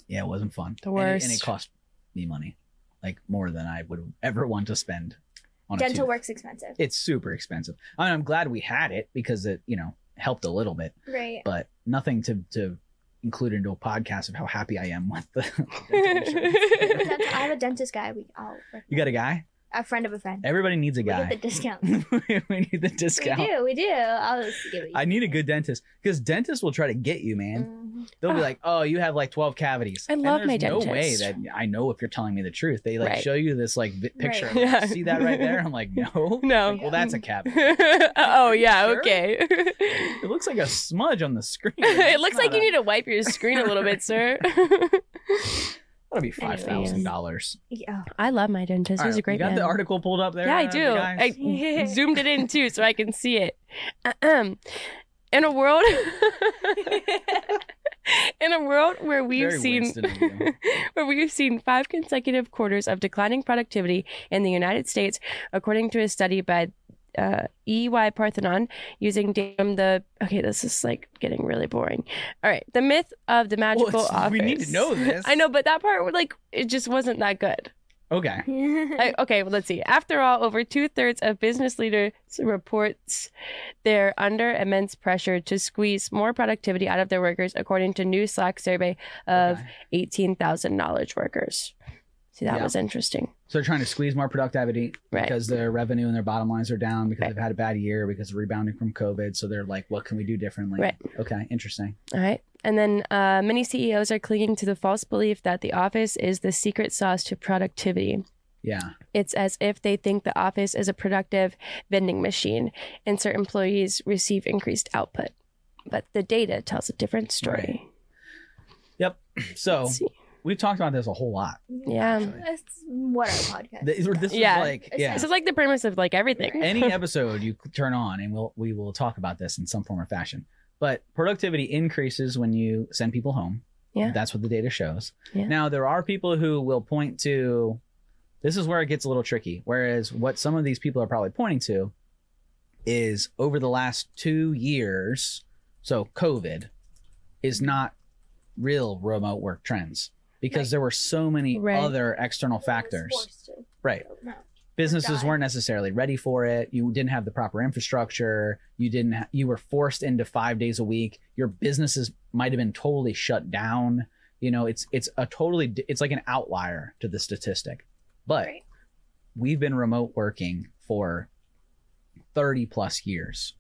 S2: Yeah, it wasn't fun.
S3: The
S2: And it- And it,
S3: worst.
S2: cost me money, like more than I would ever want to spend on a
S4: Dental
S2: tooth.
S4: work's expensive.
S2: it's super expensive. I mean, I'm glad we had it because it, you know, helped a little bit,
S4: Right.
S2: but nothing to to include into a podcast of how happy I am with the. dental insurance.
S4: Dental-
S3: yeah,
S4: I have a dentist guy. We all
S2: you got a guy?
S4: a friend of a friend.
S2: Everybody needs a
S4: We get the
S2: guy.
S4: discount.
S2: we need the discount.
S4: We do. We do. I'll just give it.
S2: I need a good dentist because dentists will try to get you, man.
S4: Mhm.
S2: They'll be
S3: Ah.
S2: like, "Oh, you have like twelve cavities."
S3: I
S2: And
S3: love my
S2: there's No way
S3: dentist.
S2: that I know if you're telling me the truth. They like
S3: Right.
S2: show you this like vi- picture.
S4: Right.
S2: I'm like,
S3: Yeah.
S2: See that right there? I'm like, no.
S3: no.
S2: Like, well, that's a cavity.
S3: oh yeah.
S2: Sure?
S3: Okay.
S2: It looks like a smudge on the screen.
S3: it
S2: That's
S3: looks like
S2: not
S3: you
S2: a-
S3: need to wipe your screen a little bit, sir.
S2: That'll be five thousand dollars.
S4: Yeah.
S3: I love my dentist. He's a great
S2: you got
S3: man.
S2: the article pulled up there.
S3: yeah, I
S2: uh,
S3: do.
S2: big eyes?
S3: I zoomed it in too, so I can see it. Ahem. In a world, in a world where we've
S2: Very
S3: seen
S2: Winston of you.
S3: where we've seen five consecutive quarters of declining productivity in the United States, according to a study by uh, EY Parthenon using data from the. Okay, this is like getting really boring. All right, the myth of the
S2: Well,
S3: magical
S2: it's-
S3: office.
S2: we need to know this.
S3: I know, but that part like it just wasn't that good.
S2: Okay.
S4: I,
S3: I, okay, well, let's see. After all, over two thirds of business leaders reports they're under immense pressure to squeeze more productivity out of their workers, according to new Slack survey of
S2: okay.
S3: eighteen thousand knowledge workers. See, that
S2: Yeah.
S3: was interesting,
S2: So they're trying to squeeze more productivity
S3: right?
S2: because their revenue and their bottom lines are down because
S3: Right.
S2: they've had a bad year because of rebounding from COVID. So they're like, what can we do differently?
S3: Right.
S2: Okay. Interesting.
S3: all right. And then uh, many CEOs are clinging to the false belief that the office is the secret sauce to productivity.
S2: Yeah.
S3: It's as if they think the office is a productive vending machine and so employees receive increased output. But the data tells a different story.
S2: So
S3: Let's see.
S2: we've talked about this a whole lot.
S3: Yeah.
S4: Um, That's what our podcast.
S2: Th- This is
S3: Yeah.
S2: like, yeah.
S3: This is like the premise of like everything.
S2: Any episode you turn on, and we'll we will talk about this in some form or fashion. But productivity increases when you send people home.
S3: Yeah.
S2: That's what the data shows.
S3: Yeah.
S2: Now there are people who will point to. This is where it gets a little tricky. Whereas what some of these people are probably pointing to is over the last two years, so COVID is not real remote work trends because
S4: Right.
S2: there were so many
S3: Right.
S2: other external factors. Right.
S4: No.
S2: Businesses
S4: die.
S2: weren't necessarily ready for it. You didn't have the proper infrastructure. You didn't. Ha- you were forced into five days a week. Your businesses might have been totally shut down. You know, it's it's a totally. di- It's like an outlier to the statistic, but
S4: Right.
S2: we've been remote working for thirty plus years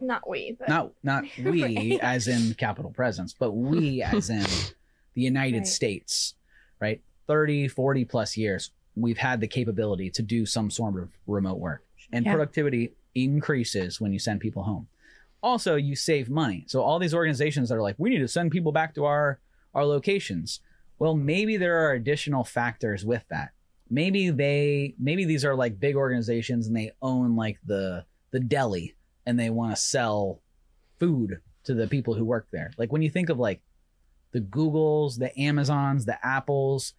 S4: Not we, but
S2: not not we
S4: Right.
S2: as in capital presence but we as in the united
S4: Right.
S2: states right 30 40 plus years we've had the capability to do some sort of remote work and
S3: Yeah.
S2: productivity increases when you send people home also you save money. So all these organizations that are like, we need to send people back to our our locations. Well, maybe there are additional factors with that. Maybe they maybe these are like big organizations and they own like the the deli and they want to sell food to the people who work there. Like when you think of like the Googles, the Amazons, the Apples,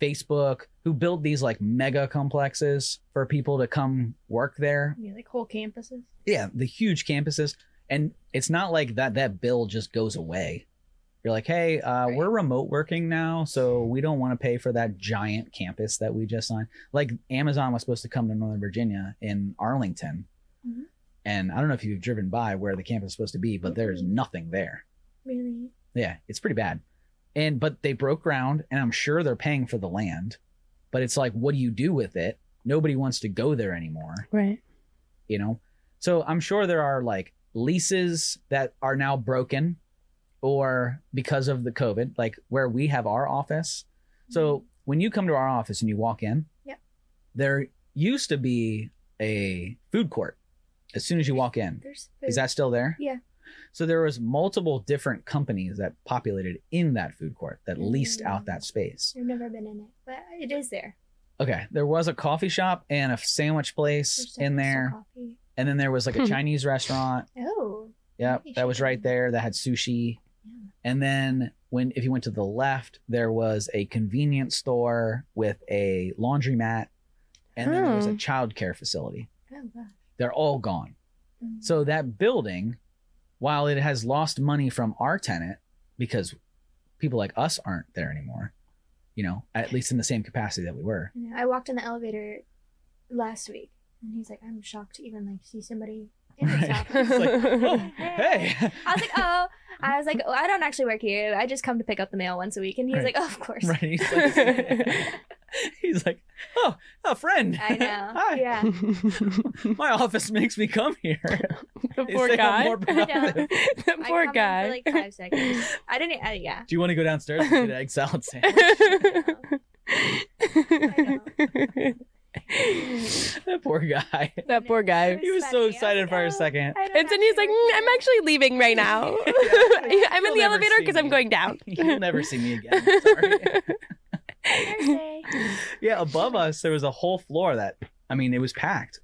S2: Facebook, who built these like mega complexes for people to come work there
S5: Yeah, like whole campuses.
S2: yeah, the huge campuses, and it's not like that that bill just goes away. You're like, hey, uh,
S5: Right.
S2: we're remote working now, so we don't want to pay for that giant campus that we just signed. Like Amazon was supposed to come to Northern Virginia in Arlington,
S4: Mhm.
S2: and I don't know if you've driven by where the campus is supposed to be, but there's nothing there.
S4: Really?
S2: Yeah, it's pretty bad. And but they broke ground, and I'm sure they're paying for the land, but it's like, what do you do with it? Nobody wants to go there anymore
S3: Right.
S2: you know so i'm sure there are like leases that are now broken or because of the covid like where we have our office
S4: Mm-hmm.
S2: so when you come to our office and you walk in
S4: Yep.
S2: there used to be a food court as soon as you walk in
S4: There's food.
S2: is that still there
S4: Yeah.
S2: so there was multiple different companies that populated in that food court that leased out
S4: Mm.
S2: that space
S4: I've never been in it, but it is there.
S2: okay there was a coffee shop and a sandwich place
S4: There's
S2: in
S4: some
S2: there
S4: coffee.
S2: and then there was like a chinese restaurant
S4: Oh.
S2: Yep,
S4: Nice.
S2: that was right there. That had sushi.
S4: Yeah.
S2: And then when if you went to the left, there was a convenience store with a laundromat, and then there was a
S3: Oh.
S2: childcare facility.
S4: Oh god.
S2: They're all gone.
S4: Mm.
S2: So that building, while it has lost money from our tenant because people like us aren't there anymore, you know, at least in the same capacity that we were.
S4: I know. I walked in the elevator last week, and he's like, "I'm shocked to even like see somebody in this
S2: Right.
S4: office."
S2: It's like, oh, hey,
S4: I was like, "Oh." I was like, oh, "I don't actually work here. I just come to pick up the mail once a week." And he's
S2: Right.
S4: like, "Oh, of course."
S2: right? He's like, he's like, oh, a friend.
S4: I know.
S2: Hi.
S4: Yeah.
S2: my office makes me come here.
S3: the
S2: They say
S3: poor
S2: I'm
S3: guy.
S2: more productive.
S3: the poor
S4: I come in
S3: guy.
S4: For like five seconds. I didn't. I, yeah.
S2: Do you want to go downstairs and get an egg salad sandwich? that poor guy.
S3: that poor guy.
S4: It
S2: He was so
S4: funny. I
S2: excited
S4: was
S2: for
S4: like,
S2: a
S4: "Oh,
S2: second.
S4: I don't
S3: And Cindy's
S4: actually
S3: like,
S4: work
S3: "Mm, I'm
S4: here."
S3: actually leaving right now.
S2: Yeah.
S3: I'm in
S2: You'll
S3: the
S2: never
S3: elevator
S2: see
S3: because I'm
S2: me.
S3: going down.
S2: You'll never see me again. I'm Sorry.
S4: Thursday.
S2: yeah, above us there was a whole floor that I mean it was packed.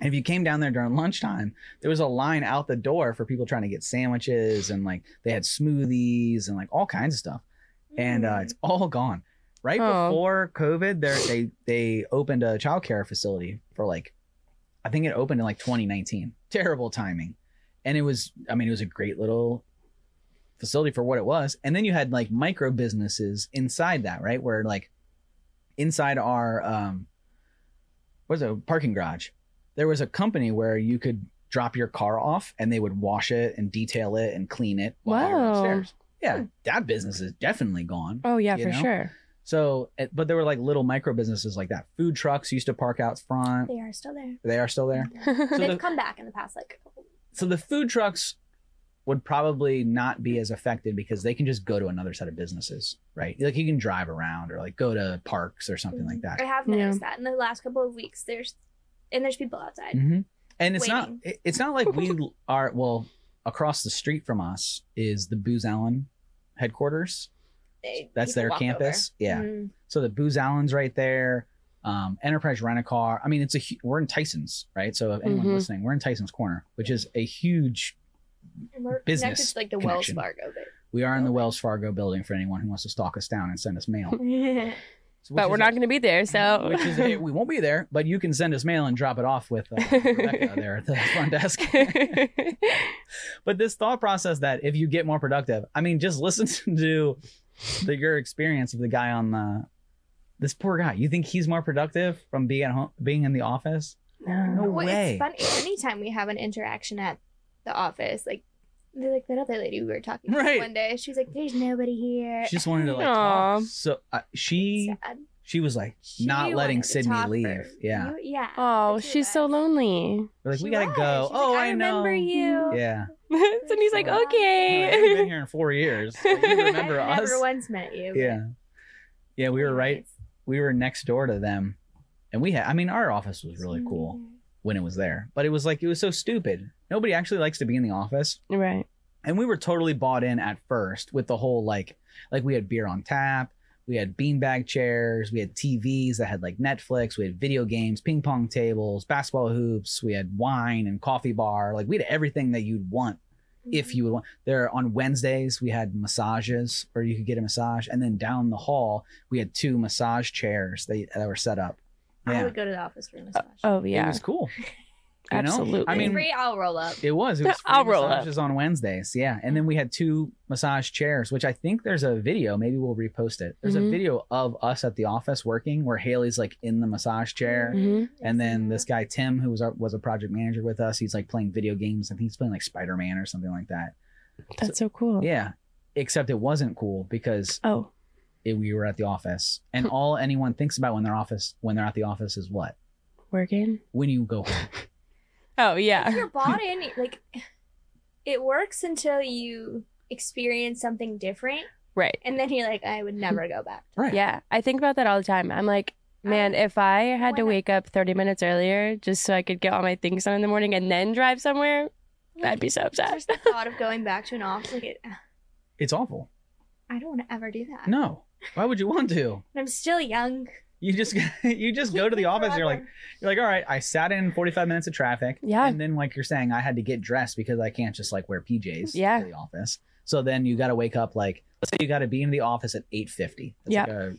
S2: And if you came down there during lunchtime, there was a line out the door for people trying to get sandwiches and like they had smoothies and like all kinds of stuff. And uh, it's all gone. Right
S3: Mm. Oh.
S2: before COVID, there they they opened a childcare facility for like I think it opened in like 2019. Terrible timing. And it was I mean it was a great little facility for what it was. And then you had like micro businesses inside that, right? Where like inside our um what's a parking garage, there was a company where you could drop your car off and they would wash it and detail it and clean it while you were
S3: Wow.
S2: upstairs.
S4: Hmm.
S2: Yeah, that business is definitely gone.
S3: Oh yeah,
S2: You
S3: for
S2: know?
S3: sure.
S2: So, eh, but there were like little micro businesses like that. Food trucks used to park out front.
S4: They are still there.
S2: They are still there. So
S4: They've
S2: the-
S4: come back in the past like couple
S2: So the food trucks would probably not be as affected because they can just go to another set of businesses, right? Like you can drive around or like go to parks or something like
S4: I
S2: that.
S4: have
S3: Yeah.
S4: noticed that in the last couple of weeks. There's and there's people outside.
S2: hmm And it's not
S4: Waiting.
S2: it- it's not like we are well across the street from us is the Booz Allen headquarters.
S4: They-
S2: That's
S4: people
S2: their
S4: walk
S2: campus. Yeah.
S4: over. Mm.
S2: So the Booz Allen's right there. Um, Enterprise Rent a Car. I mean, it's a hu- we're in Tyson's, right? So if anyone
S3: Mhm.
S2: listening, we're in Tyson's Corner, which is a huge.
S4: And we're
S2: Business
S4: connected to like the
S2: connection.
S4: Wells Fargo bit.
S2: We are in the
S4: Okay.
S2: Wells Fargo building for anyone who wants to stalk us down and send us mail. So- which
S3: But we're
S2: is
S3: not
S2: a-
S3: going to be there, so
S2: which is a- we won't be there, but you can send us mail and drop it off with uh, Rebecca there at the front desk. but this thought process that if you get more productive, I mean, just listen to the, your experience of the guy on the this poor guy. You think he's more productive from being at home, being in the office? No
S4: Well,
S2: way.
S4: it's funny. Anytime we have an interaction at the office, like they're like that other lady we were talking
S2: Right.
S4: to one day. She's like, "There's nobody here."
S2: She just wanted to like
S3: Aw.
S2: talk. So uh, she
S4: Sad.
S2: she was like
S4: She
S2: not letting
S4: wanted to
S2: Sydney
S4: talk
S2: leave.
S4: first.
S2: Yeah,
S4: You- yeah.
S3: Oh,
S4: Look at
S3: she's
S4: that.
S3: so lonely.
S2: we're like
S4: She
S2: we gotta
S4: was.
S2: go.
S4: She's like,
S2: oh,
S4: I
S2: I, know.
S4: remember you.
S2: Yeah,
S3: and he's like,
S4: so-
S2: You're like, I haven't been
S3: okay.
S2: here in four years. Like, you remember
S4: I've
S2: us?
S4: never once met you. but
S2: Yeah, yeah. We were right.
S4: anyways,
S2: We were next door to them,
S4: Mm.
S2: and we had. I mean, our office was really cool when it was there, but it was like it was so stupid nobody actually likes to be in the office.
S3: Right.
S2: and we were totally bought in at first with the whole like like we had beer on tap we had beanbag chairs we had tvs that had like netflix we had video games ping pong tables basketball hoops we had wine and coffee bar like we had everything that you'd want if you would want there on wednesdays we had massages or you could get a massage and then down the hall we had two massage chairs that, that were set up
S4: I
S2: yeah
S4: would go to the office for a massage.
S3: Oh
S2: it
S3: yeah.
S2: was cool you know?
S3: Absolutely.
S2: I mean-
S4: free, I'll roll up.
S2: It was. It was free
S3: I'll roll up.
S2: massages on Wednesdays. Yeah. And then we had two massage chairs, which I think there's a video. Maybe we'll repost it. There's a
S3: Mhm.
S2: video of us at the office working where Haley's like in the massage chair.
S3: Mhm.
S2: And then this guy, Tim, who was, our, was a project manager with us, he's like playing video games. I think he's playing like Spider Man or something like that.
S3: That's so cool.
S2: Yeah. Except it wasn't cool because
S3: Oh,
S2: it, we were at the office. And
S3: Hmm.
S2: all anyone thinks about when they're office when they're at the office is what?
S3: working.
S2: When you go home.
S3: Oh
S4: If
S3: yeah.
S4: you're bought in, like it works until you experience something different,
S3: Right.
S4: and then you're like, I would never go back.
S2: Right.
S3: Yeah, I think about that all the time. I'm like, man, if I had to
S4: Why not?
S3: wake up 30 minutes earlier just so I could get all my things done in the morning and then drive somewhere, I'd be so upset.
S4: Just the thought of going back to an office, like it,
S2: It's awful.
S4: I don't want to ever do that.
S2: No. Why would you want to?
S4: And I'm still young.
S2: You just you just go to the office. You're like, You're like, all right, I sat in 45 minutes of traffic.
S3: Yeah.
S2: And then, like you're saying, I had to get dressed because I can't just like wear PJs
S3: Yeah.
S2: to the office. So then you got to wake up like, let's say you got to be in the office at 8:50. That's
S3: Yeah.
S2: like a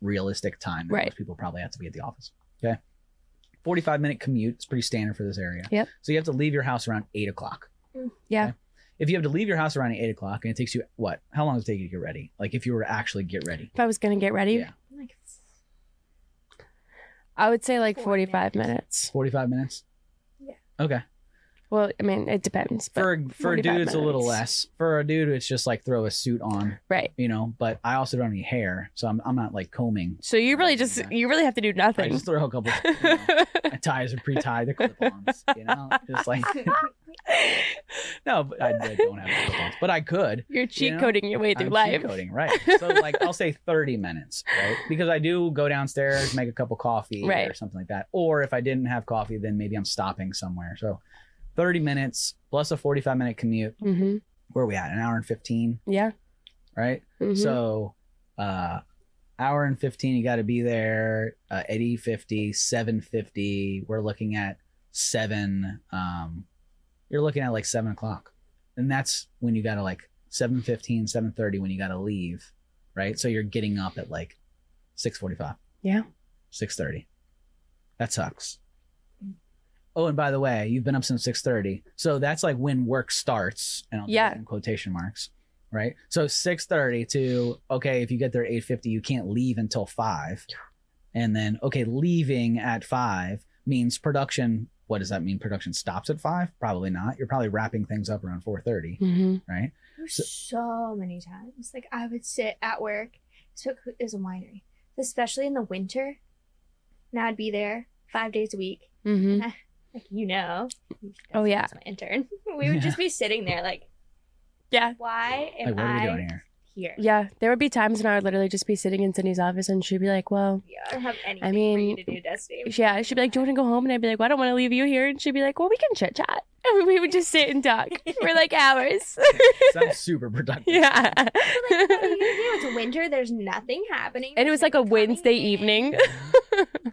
S2: realistic time. that
S3: Right.
S2: Most people probably have to be at the office. Okay. 45 minute commute is pretty standard for this area.
S3: Yep.
S2: So you have to leave your house around eight o'clock.
S4: Mm.
S3: Yeah.
S2: If you have to leave your house around eight o'clock and it takes you what? How long does it take you to get ready? Like if you were to actually get ready.
S3: If I was gonna get ready,
S2: Yeah.
S4: I'm like,
S3: I would say like
S4: Four
S3: 45 minutes.
S2: 45 minutes.
S4: Yeah.
S2: Okay.
S3: Well, I mean, it depends. But,
S2: for a- for a
S3: 45
S2: dude it's a little
S3: minutes.
S2: less for a dude it's just like throw a suit on
S3: right.
S2: you know but i also don't have any hair so i'm, I'm not like combing
S3: So you really just you really have to do
S2: i
S3: nothing.
S2: just throw a couple you know, my ties are pre-tied they're clip-ons you know just like no but i, I don't have clip-ons but i could
S3: You're cheat
S2: know,
S3: coding your way through
S2: I'm
S3: life.
S2: cheat-coding, right so like i'll say 30 minutes right because i do go downstairs make a cup of coffee or
S3: Right.
S2: something like that or if i didn't have coffee then maybe i'm stopping somewhere so 30 minutes plus a 45 minute commute
S3: hmm
S2: where are we at an hour and 15
S3: Yeah.
S2: right
S3: Mhm.
S2: So, uh, hour and 15, you got to be there uh, at 850, 750. We're looking at seven. Um, you're looking at like seven o'clock. And that's when you got to like 715, 730 when you got to leave. Right. So you're getting up at like 645.
S3: Yeah.
S2: 630. That sucks. Oh, and by the way, you've been up since 6:30. So that's like when work starts and I'll do
S3: Yeah.
S2: that in quotation marks, right? So 6:30 to okay, if you get there at 8:50, you can't leave until 5. And then okay, leaving at 5 means production what does that mean? Production stops at 5? Probably not. You're probably wrapping things up around 4:30,
S3: Mhm.
S2: right?
S4: There's so many times. Like I would sit at work. So it was a winery, especially in the winter. And I'd be there five days a week.
S3: Mhm.
S4: Like you know.
S3: Oh, yeah.
S4: That's my intern. We would
S2: Yeah.
S4: just be sitting there like,
S3: Yeah.
S4: why am
S2: Like what are
S4: I
S2: we doing here?
S4: here?
S3: Yeah. There would be times when I would literally just be sitting in Sydney's office and she'd be like, "Well,
S4: Yeah, I don't have anything for you
S3: mean,
S4: to do, Destiny.
S3: Yeah, she'd be like, "Do you want to go home?" And I'd be like, "Well, I don't want to leave you here." And she'd be like, "Well, we can chit chat." And we would just sit and talk for like hours.
S2: Sounds super productive.
S3: yeah.
S4: Like, what are you gonna do? It's winter. There's nothing happening.
S3: And it was like a
S4: Nobody's coming
S3: Wednesday
S4: in.
S3: evening.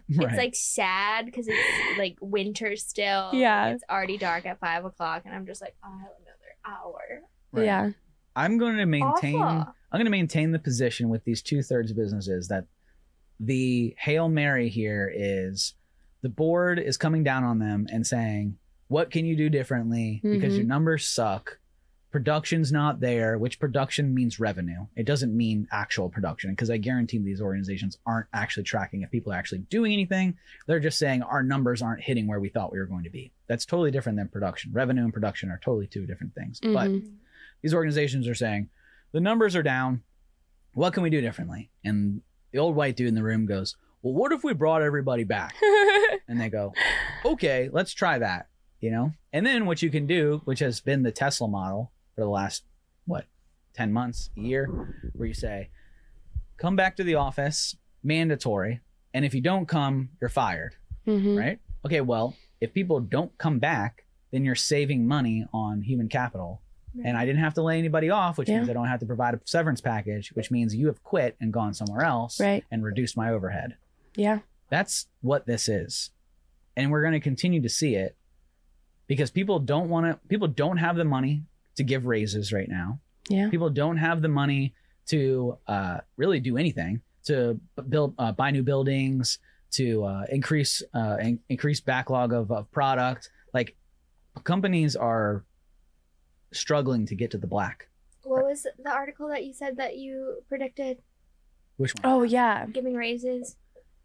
S2: Right.
S4: It's like sad because it's like winter still.
S3: Yeah.
S4: It's already dark at five o'clock, and I'm just like, "Oh, I have another hour.
S2: right.
S3: Yeah.
S2: I'm going to maintain
S4: Awful.
S2: I'm going to maintain the position with these two thirds businesses that the hail mary here is the board is coming down on them and saying, "What can you do differently? Because
S3: Mhm.
S2: your numbers suck. Production's not there, which production means revenue. It doesn't mean actual production because I guarantee these organizations aren't actually tracking if people are actually doing anything. They're just saying our numbers aren't hitting where we thought we were going to be. That's totally different than production. Revenue and production are totally two different things. But
S4: Mm.
S3: Mhm.
S2: these organizations are saying the numbers are down what can we do differently and the old white dude in the room goes well what if we brought everybody back and they go okay let's try that you know and then what you can do which has been the tesla model for the last what 10 months a year where you say come back to the office mandatory and if you don't come you're fired
S3: Mhm.
S2: right okay well if people don't come back then then you're saving money on human capital. And I didn't have to lay anybody off, which
S3: Yeah.
S2: means I don't have to provide a severance package, which means you have quit and gone somewhere else
S3: Right.
S2: and reduced my overhead.
S3: Yeah.
S2: That's what this is. And we're going to continue to see it because people don't want to people don't have the money to give raises right now.
S3: Yeah.
S2: People don't have the money to uh, really do anything to b- build uh, buy new buildings, to uh, increase uh, in- increase backlog of, of product. Like companies are struggling to get to the black.
S4: What was the article that you said that you predicted
S2: Which one?
S3: Oh yeah.
S4: giving raises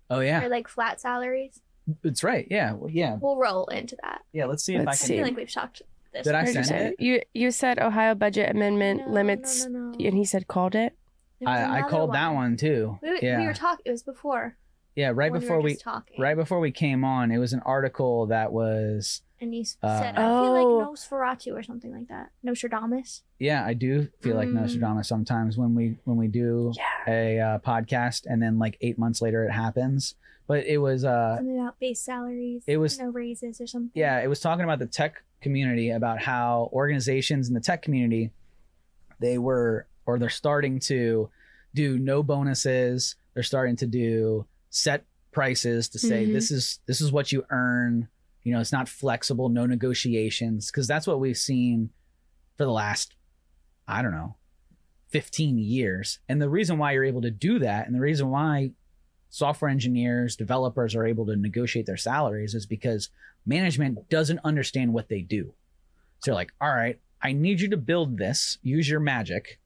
S2: Oh, yeah,
S4: or like flat salaries?
S2: it's right. Yeah, well, yeah,
S4: We'll roll into that.
S2: yeah. Let's see if
S3: Let's
S2: I can.
S4: I feel
S3: see.
S4: like we've talked this.
S2: Did I
S3: Where'd you
S2: send
S3: say
S2: it?
S3: it? You you said Ohio budget amendment
S4: No,
S3: limits,
S4: No, no, no.
S3: and he said called it.
S4: There was
S2: I, I
S4: another
S2: called that one too.
S4: We,
S2: yeah,
S4: we were talking. It was before.
S2: yeah. Right
S4: when
S2: before
S4: were
S2: we,
S4: just talking.
S2: right before we came on, it was an article that was.
S4: And you s-
S2: Uh,
S4: said, I feel like
S3: Oh.
S4: Nosferatu or something like that. Nostradamus.
S2: Yeah, I do feel like
S4: Mm.
S2: Nostradamus sometimes when we when we do
S3: Yeah.
S2: a uh, podcast and then like eight months later it happens. But it was uh
S4: something about base salaries.
S2: it was-
S4: no raises or something.
S2: yeah, it was talking about the tech community about how organizations in the tech community they were or they're starting to do no bonuses. They're starting to do set prices to say
S3: Mhm.
S2: this is this is what you earn. You know, it's not flexible, no negotiations because that's what we've seen for the last I don't know 15 years. And the reason why you're able to do that and the reason why software engineers, developers are able to negotiate their salaries is because management doesn't understand what they do. So they're like, all right, I need you to build this, use your magic,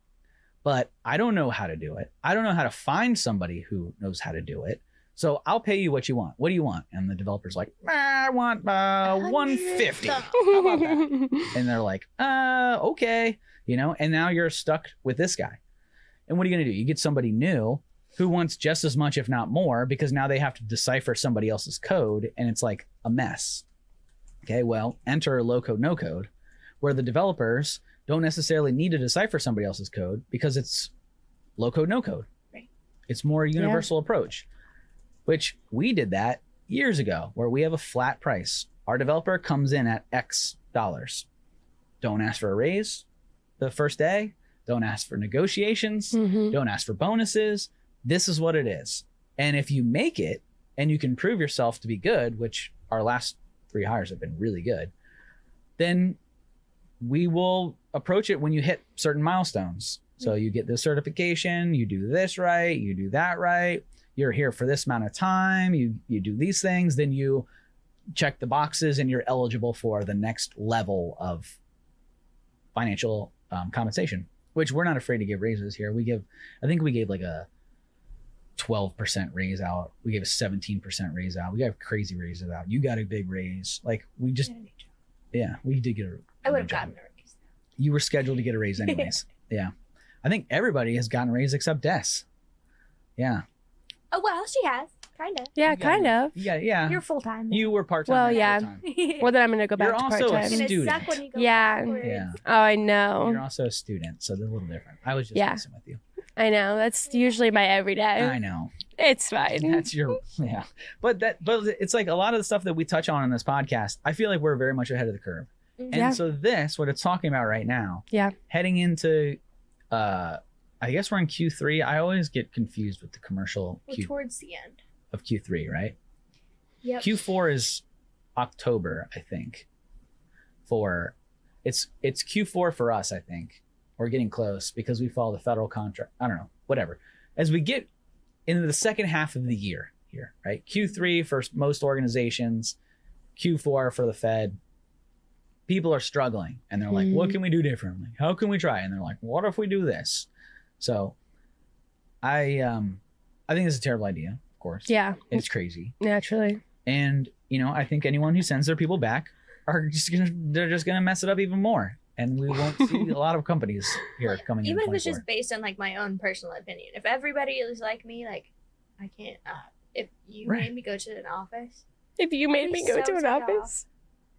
S2: but I don't know how to do it. I don't know how to find somebody who knows how to do it. So I'll pay you what you want. What do you want? And the developer's like, "Ah, I want uh, 150. How about that? and they're like, uh, okay, you know, and now you're stuck with this guy. And what are you going to do? You get somebody new who wants just as much, if not more, because now they have to decipher somebody else's code and it's like a mess. Okay, well, enter low code, no code, where the developers don't necessarily need to decipher somebody else's code because it's low code, no code.
S4: Right.
S2: It's more a universal approach, which we did that years ago, where we have a flat price. Our developer comes in at X dollars. Don't ask for a raise the first day. Don't ask for negotiations.
S3: Mhm.
S2: Don't ask for bonuses. This is what it is. And if you make it and you can prove yourself to be good, which our last three hires have been really good, then we will approach it when you hit certain milestones. So you get this certification, you do this right, you do that right, you're here for this amount of time, you you do these things, then you check the boxes and you're eligible for the next level of financial um, compensation, which we're not afraid to give raises here. We give, I think we gave like a 12% raise out. We gave a 17% raise out. We got crazy raises out. You got a big raise. Like we just, yeah, we did get a.
S4: I
S2: good
S4: would have
S2: job.
S4: gotten a raise.
S2: You were scheduled to get a raise anyways. yeah. I think everybody has gotten a raise except Des. Yeah.
S4: Oh, well, she has. Kind of.
S3: yeah,
S2: You got
S3: kind
S2: it.
S3: of.
S2: Yeah. Yeah.
S4: You're full time.
S2: Uh, you were part time.
S3: Well, yeah. Well,
S4: You're
S3: then I'm gonna go back
S2: You're
S3: to
S2: also a
S3: part time.
S2: student.
S4: going to suck when you go
S3: Yeah.
S4: backwards.
S2: Yeah.
S3: Oh, I
S2: You're
S3: know.
S2: also a student, so they're a little different. I was just
S3: Yeah.
S2: messing with you.
S3: I know. That's usually my everyday.
S2: I know.
S3: It's fine.
S2: That's your yeah. But that but it's like a lot of the stuff that we touch on in this podcast. I feel like we're very much ahead of the curve. And
S3: Mm-hmm. Yeah.
S2: so this what it's talking about right now.
S3: Yeah.
S2: Heading into uh I guess we're in Q3. I always get confused with the commercial
S4: We're
S2: Q,
S4: towards the end.
S2: of Q3, right?
S4: Yep.
S2: Q4 is October, I think. For it's it's Q4 for us, I think. We're getting close because we follow the federal contract. I don't know, whatever. As we get into the second half of the year here, right? Q3 for most organizations, Q4 for the Fed. People are struggling and they're like, what
S3: Mhm.
S2: can we do differently? How can we try? And they're like, what if we do this? So I um I think it's a terrible idea, of course.
S3: Yeah.
S2: It's crazy.
S3: Naturally.
S2: And you know, I think anyone who sends their people back are just gonna they're just gonna mess it up even more. And we won't see a lot of companies here coming
S4: Even
S2: in.
S4: if it's
S2: 24.
S4: just based on like my own personal opinion, if everybody is like me, like I can't. Uh, if you
S2: Right.
S4: made me go to an office,
S3: If you made
S4: You're
S3: me go
S4: so
S3: to an
S4: tied off.
S3: office.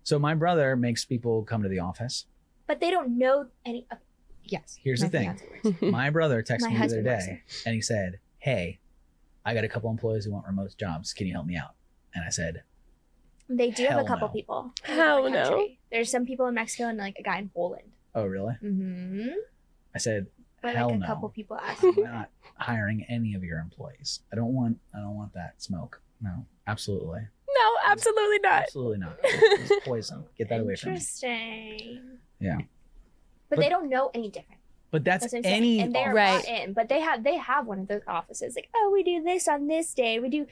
S2: so my brother makes people come to the office.
S4: but they don't know any. Uh, yes.
S2: Here's
S4: my
S2: the thing.
S4: fiance works.
S3: Hmm.
S2: My brother texted
S4: My
S2: me the other
S4: husband works
S2: day and he said, Hey, I got a couple employees who want remote jobs. Can you help me out? And I said,
S4: They do have
S2: Hell
S4: a couple
S2: no.
S4: people.
S3: Hell
S4: in the
S3: no.
S4: country. There's some people in Mexico and like a guy in Poland.
S2: Oh, really?
S4: Mm-hmm.
S2: I said
S4: But
S2: Hell
S4: like a
S2: no.
S4: couple people asked.
S2: I'm not hiring any of your employees. I don't want. I don't want that smoke. No, absolutely,
S3: No, absolutely not.
S2: absolutely not. It's poison. Get that away from me.
S4: Interesting.
S2: Yeah.
S4: But,
S2: But-
S4: they don't know any different.
S2: But that's
S4: That's what I'm saying.
S2: any.
S4: and they're
S3: Right.
S4: not in. But they have they have one of those offices. Like, oh, we do this on this day. We do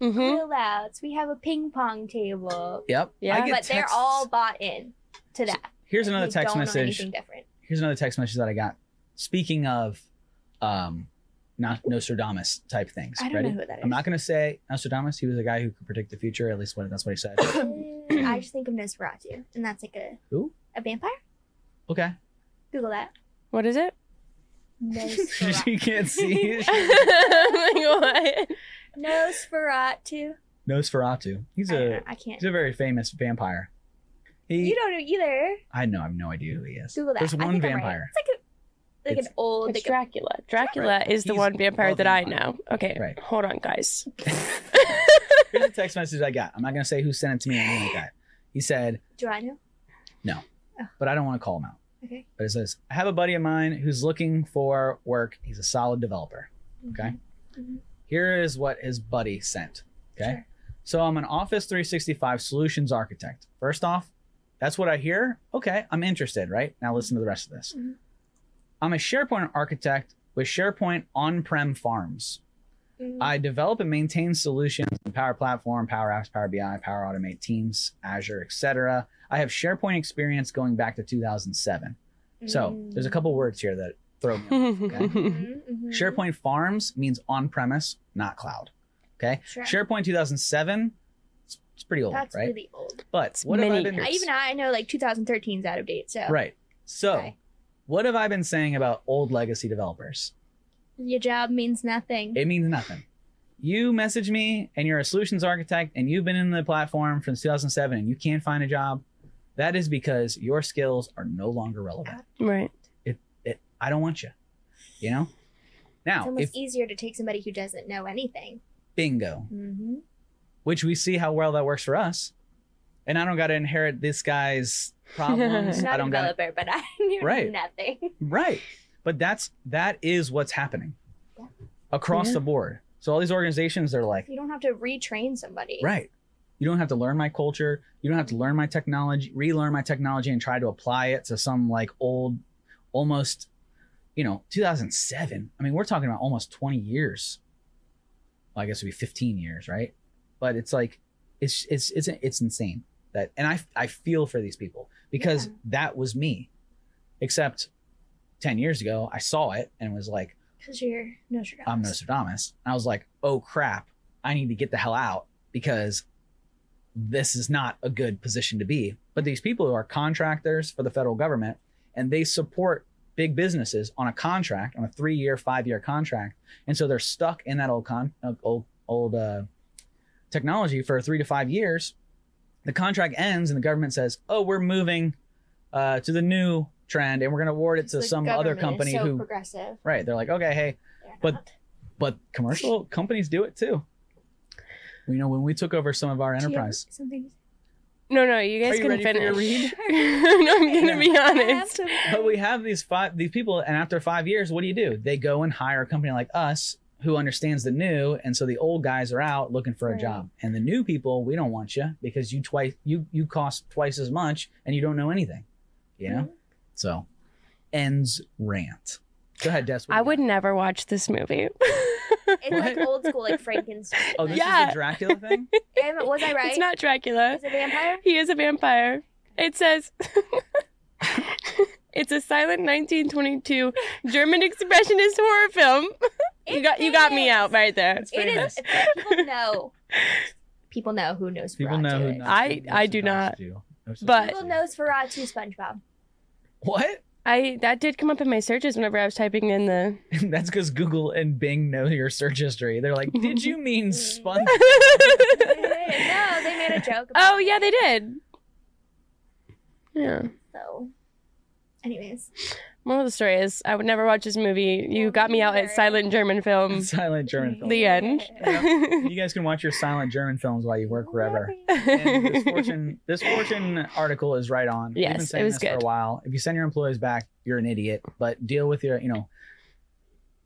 S3: Mm-hmm.
S4: grill outs. We have a ping pong table.
S2: Yep.
S3: Yeah.
S2: I
S4: But
S2: get
S4: they're
S2: texts-
S4: all bought in to that.
S2: Here's
S4: Like,
S2: another
S4: they
S2: text
S4: don't know
S2: message.
S4: anything different.
S2: Here's another text message that I got. Speaking of, um, not Nostradamus type things.
S4: I don't
S2: Ready?
S4: know who that is.
S2: I'm not gonna say Nostradamus. He was a guy who could predict the future. At least what that's what he said.
S4: Mm, I just think of Nosferatu, and that's like a
S2: Who?
S4: a vampire.
S2: Okay.
S4: Google that.
S3: What is it?
S4: Nosferatu.
S2: you can't see.
S3: Like, what?
S4: Nosferatu.
S2: Nosferatu. He's
S4: I, don't
S2: a
S4: know, I can't.
S2: he's a very famous vampire. He,
S4: You don't know either.
S2: I know. I have no idea who he is.
S4: Google that.
S2: There's
S4: I
S2: one
S4: think I'm right.
S2: vampire.
S4: It's like a like
S2: It's-
S4: an old.
S3: It's
S4: Like a,
S3: Dracula. Dracula
S2: Right.
S3: is the
S2: He's
S3: one vampire
S2: a
S3: that I
S2: vampire.
S3: know. Okay,
S2: Right.
S3: hold on, guys.
S2: Here's a text message I got. I'm not gonna say who sent it to me or anything like that. He said,
S4: do I know?
S2: but I don't want to call him out.
S4: Okay.
S2: But it says, I have a buddy of mine who's looking for work. He's a solid developer. Okay.
S4: Mhm.
S2: Here is what his buddy sent. Okay.
S4: Sure.
S2: So I'm an Office 365 solutions architect. First off, that's what I hear. Okay. I'm interested, right? Now listen to the rest of this.
S4: Mhm.
S2: I'm a SharePoint architect with SharePoint on prem farms.
S4: Mhm.
S2: I develop and maintain solutions in Power Platform, Power Apps, Power BI, Power Automate, Teams, Azure, etc. I have SharePoint experience going back to 2007. So
S4: Mm.
S2: there's a couple Mm-hmm. words here that throw me. off.
S4: Mhm, mhm.
S2: SharePoint Farms means on premise, not cloud. Okay.
S4: Sure.
S2: SharePoint 2007, it's, it's pretty old,
S4: That's
S2: right?
S4: really old.
S2: but
S3: It's
S2: what have I
S3: many
S2: been
S3: years.
S4: I, even I know like 2013 is out of date. So
S2: right? So
S4: Okay.
S2: what have I been saying about old legacy developers?
S4: your job means nothing.
S2: It means nothing. You message me and you're a solutions architect and you've been in the platform from 2007 and you can't find a job. That is because your skills are no longer relevant.
S3: right.
S2: It, I don't want you. You know?
S4: it's
S2: Now,
S4: almost e-
S2: if
S4: easier to take somebody who doesn't know anything.
S2: bingo,
S4: Mm-hmm.
S2: which we see how well that works for us, and I don't got to inherit this guy's problems.
S4: Not
S2: I
S4: a
S2: don't got
S4: developer, but I knew
S2: Right.
S4: nothing.
S2: right, but that's that is what's happening
S4: Yeah.
S2: across
S3: Yeah.
S2: the board. So all these organizations, they're like,
S4: You don't have to retrain somebody.
S2: Right. You don't have to learn my culture. You don't have to learn my technology, relearn my technology and try to apply it to some like old, almost, you know, 2007. I mean, we're talking about almost 20 years. Well, I guess it'd be 15 years, right? But it's like, it's, it's, it's, it's insane that, and I, I feel for these people because
S4: Yeah.
S2: that was me, except 10 years ago, I saw it and was like,
S4: Because you're Nostradamus.
S2: I'm Nostradamus. And I was like, oh crap, I need to get the hell out because this is not a good position to be. But these people who are contractors for the federal government and they support big businesses on a contract, on a three year, five year contract. And so they're stuck in that old con uh, old old uh, technology for three to five years. The contract ends and the government says, oh, we're moving uh, to the new trend and we're going to award it to
S4: The
S2: some other
S4: government is
S2: company
S4: so
S2: who.
S4: progressive.
S2: Right. They're like, okay, hey,
S4: They're
S2: But-
S4: not.
S2: but commercial companies do it too. You know, when we took over some of our
S4: Do you have
S2: enterprise,
S4: Something.
S3: No, no, you guys
S2: Are you
S3: can
S2: ready for your
S3: finish.
S2: read?
S3: no, I'm gonna be
S4: I have
S3: honest.
S4: to-
S2: but we have these five these people, and after five years, what do you do? They go and hire a company like us who understands the new, and so the old guys are out looking for a
S4: Right.
S2: job, and the new people, we don't want you because you twice you you cost twice as much, and you don't know anything. You know,
S4: Mhm.
S2: so ends rant. Go ahead, Des. what do
S3: I
S2: you got?
S3: would never watch this movie.
S4: It's like old school, like Frankenstein.
S2: Oh, this is
S3: Yeah.
S2: the Dracula thing.
S4: Am- was I right?
S3: It's not Dracula.
S4: Is it vampire?
S3: He is a vampire. It says it's a silent 1922 German expressionist horror film. you got you got me
S4: is.
S3: out right there.
S2: It's
S4: It
S2: famous.
S4: is. People know. People know who knows.
S2: People know who.
S4: knows.
S3: I- I do not. But-
S4: People knows Ferratu SpongeBob.
S2: what?
S3: I that did come up in my searches whenever I was typing in the
S2: That's because Google and Bing know your search history. They're like, did you mean sponge?
S4: no, they made a joke. About
S3: Oh yeah, they did. Yeah.
S4: it, So, anyways,
S3: Moral of the story is I would never watch this movie. You got me out at silent German film.
S2: Silent German film.
S3: The end.
S2: you guys can watch your silent German films while you work wherever. And this fortune, this fortune article is right on. We've
S3: Yes,
S2: been
S3: it
S2: saying
S3: was
S2: this for
S3: good.
S2: a while. If you send your employees back, you're an idiot. But deal with your, you know,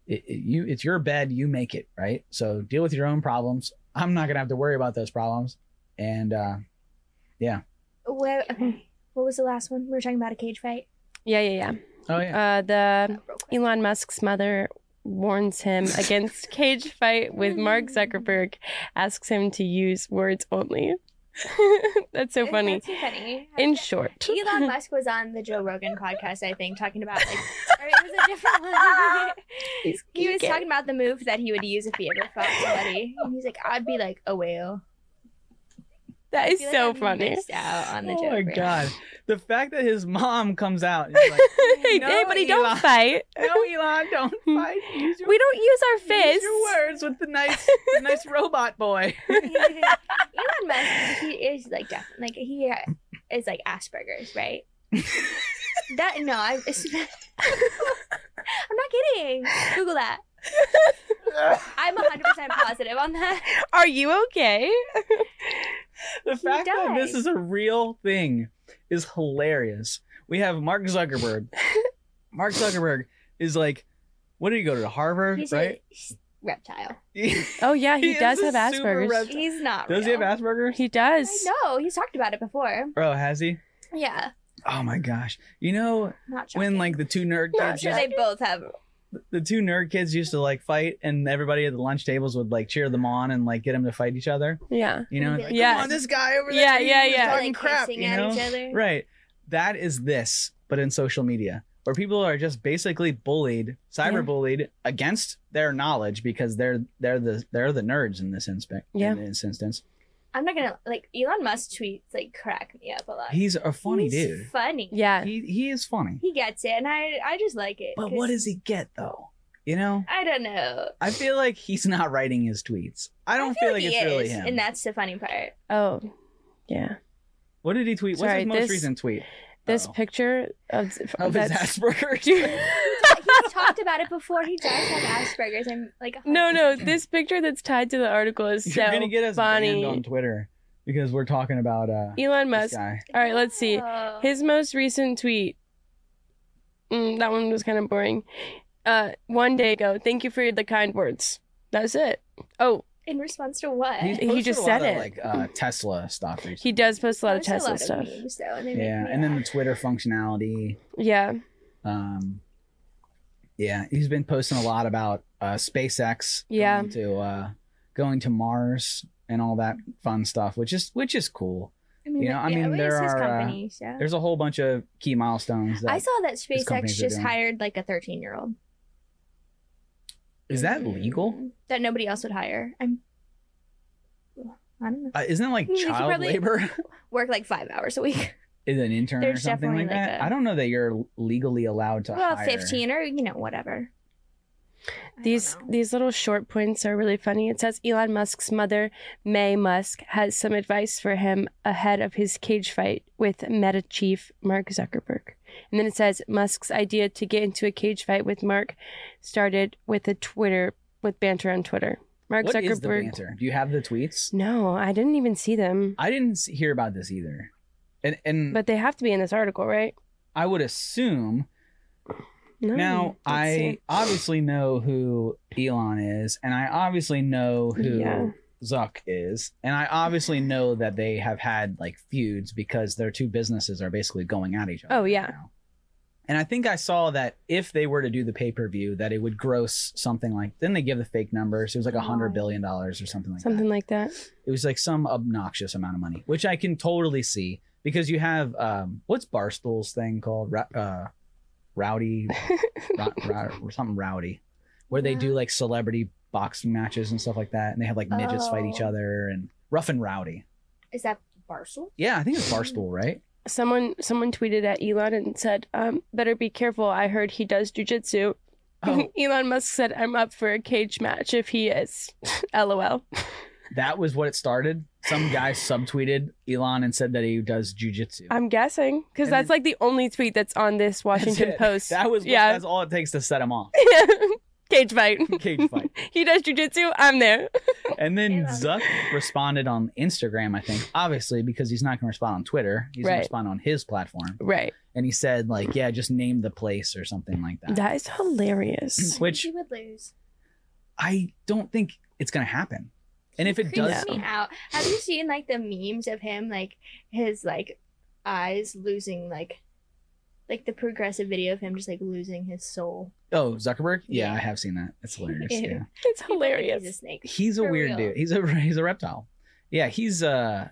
S2: it, it- you it's your bed, you make it, right? So deal with your own problems. I'm not gonna have to worry about those problems. And uh,
S4: Where, okay. What was the last one? We were talking about a cage fight.
S3: Yeah, yeah,
S2: oh
S3: yeah.
S2: yeah,
S3: Uh, the
S4: Oh, real quick.
S3: Elon Musk's mother warns him against cage fight with Mark Zuckerberg, asks him to use words only. That's so funny.
S4: That's so funny.
S3: In short,
S4: Elon Musk was on the Joe Rogan podcast, I think, talking about like, or it was a different one. he was
S3: Okay.
S4: talking about the move that he would use if he ever fought somebody, and he's like, "I'd be like a whale."
S3: that
S4: I
S3: is
S4: feel like
S3: so
S4: I'm
S3: funny.
S4: missed Out on the
S2: oh
S4: Joe
S2: my
S4: Rogan.
S2: god, the fact that his mom comes out. And is like,
S3: hey,
S2: No,
S3: hey, buddy,
S2: Elon.
S3: don't fight.
S2: no, Elon, don't
S4: Hmm.
S2: fight. Use your,
S3: We don't use our
S2: use
S3: fists.
S2: your words with the nice, the nice robot boy.
S4: Elon Musk, he is like deaf. Like he uh, is like Asperger's, right? that no, I, it's, I'm not kidding. Google that. I'm 100 percent positive on that.
S3: Are you okay?
S2: The fact that this
S4: died.
S2: is a real thing is hilarious. We have Mark Zuckerberg. Mark Zuckerberg is like, what did he go to Harvard,
S4: He's
S2: right?
S4: a reptile.
S3: Oh yeah, he,
S2: He is
S3: does
S2: a
S3: have
S2: super
S3: Asperger's.
S2: red-
S4: He's not.
S2: Does he
S4: real.
S2: have Asperger's?
S3: he does.
S4: I know. He's talked about it before.
S2: Oh, has he?
S4: Yeah.
S2: Oh my gosh! You know
S4: Not shocking.
S2: when like the two nerd
S4: I'm
S2: kids,
S4: sure
S2: used,
S4: they both have.
S2: the two nerd kids used to like fight, and everybody at the lunch tables would like cheer them on and like get them to fight each other.
S3: Yeah.
S2: You know,
S4: And be like,
S2: Come
S3: Yeah.
S2: on, this guy over there.
S3: Yeah,
S2: he
S3: yeah,
S2: was
S3: yeah.
S2: talking
S4: like
S2: crap,
S4: hissing
S2: you
S4: at
S2: know?
S4: each other.
S2: Right. That is this, but in social media, where people are just basically bullied, cyberbullied against their knowledge because they're they're the they're the nerds in this inspe-
S3: Yeah.
S2: in this instance.
S4: I'm not gonna like Elon Musk tweets like crack me up a lot.
S2: He's a funny
S4: He's
S2: dude.
S4: Funny.
S3: Yeah.
S2: He he is funny.
S4: He gets it, and I I just like it.
S2: But
S4: 'cause
S2: what does he get though? You know?
S4: I don't know.
S2: I feel like he's not writing his tweets. I don't feel, like,
S4: he
S2: it's really
S4: is,
S2: him.
S4: and that's the funny part.
S3: Oh. Yeah.
S2: what did he tweet? What's
S3: Sorry,
S2: his most
S3: this-
S2: recent tweet?
S3: This
S2: Uh-oh.
S3: picture of,
S2: Oh. of his
S3: that's-
S2: Asperger's.
S4: He's talked about it before. He does have Asperger's, and like a
S3: No, no,
S4: hundred percent.
S3: this picture that's tied to the article is
S2: You're
S3: so
S2: gonna get us
S3: funny.
S2: banned on Twitter because we're talking about uh
S3: Elon
S2: this
S3: Musk.
S2: guy.
S3: All right, let's see.
S4: Oh.
S3: His most recent tweet. Mm, that one was kind of boring. Uh, one day ago. Thank you for the kind words. That's it. Oh,
S4: in response to what?
S2: He's
S3: uh, He
S2: posted
S3: just
S2: a lot
S3: said
S2: of,
S3: it.
S2: Like uh, Tesla stuff. Recently.
S3: he does post a lot of
S4: There's
S3: Tesla stuff.
S4: memes, though, and they make
S2: Yeah,
S4: me
S2: and then the
S4: laugh.
S2: Twitter functionality.
S3: Yeah.
S2: Um, yeah, he's been posting a lot about uh, SpaceX.
S3: Yeah.
S2: going to uh, going to Mars and all that fun stuff, which is which is cool.
S4: I mean,
S2: you know,
S4: like,
S2: I
S4: yeah,
S2: mean,
S4: well, it's
S2: there
S4: his
S2: are, uh,
S4: company, so.
S2: There's a whole bunch of key milestones. That,
S4: I saw that SpaceX
S2: companies are
S4: just
S2: doing.
S4: hired like a 13 year old.
S2: is that legal?
S4: That nobody else would hire. I'm. I don't know.
S2: Uh, isn't that like
S3: Hmm,
S4: We could
S2: child
S4: probably-
S2: labor?
S4: Work like five hours a week.
S2: is an intern or
S4: There's
S2: something
S4: definitely
S2: like
S4: like
S2: that?
S4: a-
S2: I I don't know that you're legally allowed to.
S4: Well,
S2: hire.
S4: 15 or, you know, whatever. I don't
S3: These
S4: know.
S3: these little short points are really funny. It says Elon Musk's mother, May Musk, has some advice for him ahead of his cage fight with Meta chief Mark Zuckerberg. And then it says Musk's idea to get into a cage fight with Mark started with a Twitter with banter on Twitter. Mark
S2: What
S3: Zuckerberg.
S2: is the banter? Do you have the tweets?
S3: No, I didn't even see them.
S2: I didn't s- hear about this either, and and
S3: But they have to be in this article, right?
S2: I would assume
S3: No.
S2: Now
S3: Let's
S2: I
S3: see.
S2: obviously know who Elon is, and I obviously know who
S3: Yeah.
S2: Zuck is, and I obviously know that they have had like feuds because their two businesses are basically going at each other.
S3: Oh, yeah.
S2: now. And I think I saw that if they were to do the pay per view, that it would gross something like. Then they give the fake numbers. It was like a hundred
S4: Right.
S2: billion dollars or Oh. something like that
S3: Something like that.
S2: it was like some obnoxious amount of money, which I can totally see because you have um, what's Barstool's thing called, Ra- uh, rowdy, ro- ro- or something rowdy, where they do like celebrity boxing matches and stuff like that, and they have like midgets fight each
S4: Oh.
S2: other and rough and rowdy.
S4: Is that Barstool?
S2: Yeah, I think it's Barstool, right?
S3: Someone someone tweeted at Elon and said, um, "Better be careful. I heard he does jujitsu."
S2: Oh,
S3: Elon Musk said, I'm up for a cage match if he is. LOL.
S2: that was what it started. Some guy subtweeted Elon and said that he does jujitsu.
S3: I'm guessing because
S2: And
S3: that's
S2: then-
S3: like the only tweet that's on this
S2: That's
S3: Washington
S2: it.
S3: Post.
S2: That was yeah.
S3: yeah.
S2: That's all it takes to set him off.
S3: Cage fight.
S2: Cage fight.
S3: he does jujitsu. I'm there.
S2: And then
S4: Yeah.
S2: Zuck responded on Instagram, I think, obviously because he's not going to respond on Twitter. He's going
S3: Right.
S2: to respond on his platform,
S3: Right.
S2: and he said like, "Yeah, just name the place or something like that."
S3: That is hilarious.
S2: Which
S4: he would lose.
S2: I don't think it's going to happen. And if it
S4: Creeps
S2: does,
S4: me out. Have you seen like the memes of him, like his like eyes losing like, like the progressive video of him just like losing his soul.
S2: oh Zuckerberg, yeah,
S4: Yeah.
S2: I have seen that. It's hilarious.
S4: Ew.
S2: yeah,
S3: It's
S4: People think he's a
S3: hilarious.
S4: snake.
S2: he's a
S4: For
S2: weird
S4: real.
S2: dude. He's a he's a reptile. Yeah, he's uh,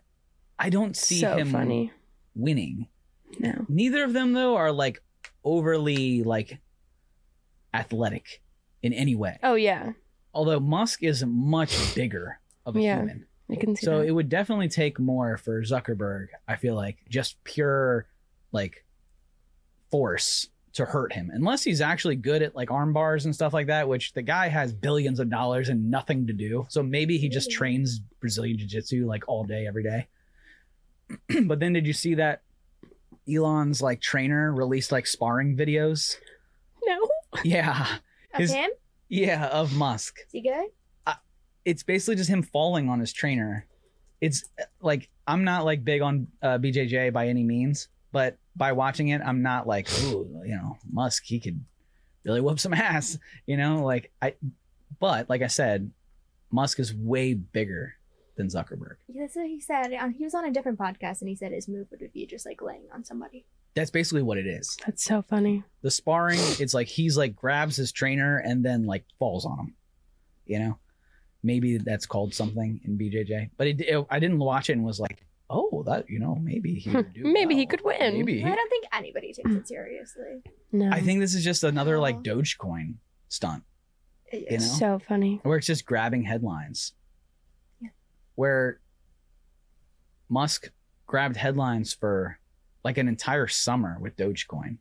S2: I don't see
S3: so
S2: him
S3: funny.
S2: winning.
S3: No.
S2: Neither of them though are like overly like athletic in any way.
S3: Oh yeah,
S2: Although Musk is much bigger of a
S3: Yeah,
S2: human.
S3: I can see
S2: So
S3: that.
S2: it would definitely take more for Zuckerberg, I feel like, just pure like force to hurt him. Unless he's actually good at like arm bars and stuff like that, which the guy has billions of dollars and nothing to do. So maybe he just
S4: Mhm.
S2: trains Brazilian jiu-jitsu like all day every day. but then did you see that Elon's like trainer released like sparring videos?
S3: no.
S2: Yeah.
S4: Of
S2: His-
S4: him?
S2: Yeah, of Musk.
S4: Is he good?
S2: it's basically just him falling on his trainer. It's uh, like I'm not like big on uh, BJJ by any means, but by watching it, I'm not like, ooh, you know, Musk, he could really whoop some ass, you know, like I. But like I said, Musk is way bigger than Zuckerberg.
S4: Yeah, That's what he said. Um, He was on a different podcast and he said his move would be just like laying on somebody.
S2: That's basically what it is.
S3: That's so funny.
S2: The sparring, it's like he's like grabs his trainer and then like falls on him, you know. Maybe that's called something in BJJ, but it, it- I didn't watch it and was like, oh, that you know, maybe he could do
S3: Maybe he
S2: well.
S3: could win.
S2: Maybe he-
S4: I don't think anybody takes it seriously.
S3: No.
S2: I think this is just another like
S4: Oh.
S2: Dogecoin stunt You know?
S3: so funny.
S2: where it's just grabbing headlines.
S4: Yeah.
S2: Where Musk grabbed headlines for like an entire summer with Dogecoin.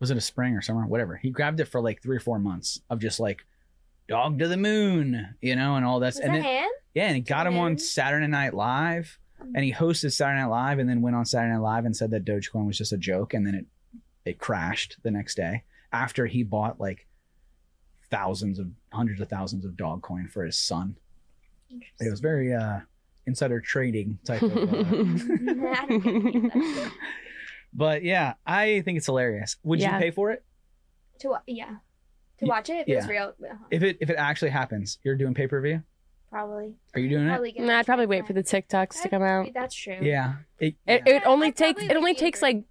S2: Was it a spring or summer? Whatever. He grabbed it for like three or four months of just like dog to the moon, you know, and all that's
S4: Was
S2: and
S4: that
S2: then,
S4: him?
S2: yeah, and he got him on
S4: him?
S2: Saturday Night Live and he hosted Saturday Night Live and then went on Saturday Night Live and said that Dogecoin was just a joke and then it it crashed the next day after he bought like thousands of hundreds of thousands of Dogecoin for his son. It was very uh insider trading type of uh,
S4: I don't get that.
S2: but yeah, I think it's hilarious. Would
S3: Yeah.
S2: you pay for it?
S4: to wa- yeah, to
S2: Y-
S4: watch it if it was
S2: yeah.
S4: real. uh-huh,
S2: If it if it actually happens, you're doing pay-per-view?
S4: Probably.
S2: Are you doing it?
S4: Probably.
S3: no, I'd probably wait for the TikToks to come out.
S4: That's true.
S2: Yeah. It,
S3: It,
S2: yeah.
S3: it only
S4: I'd
S3: takes
S4: probably
S3: it only
S4: wait
S3: takes
S4: for-
S3: like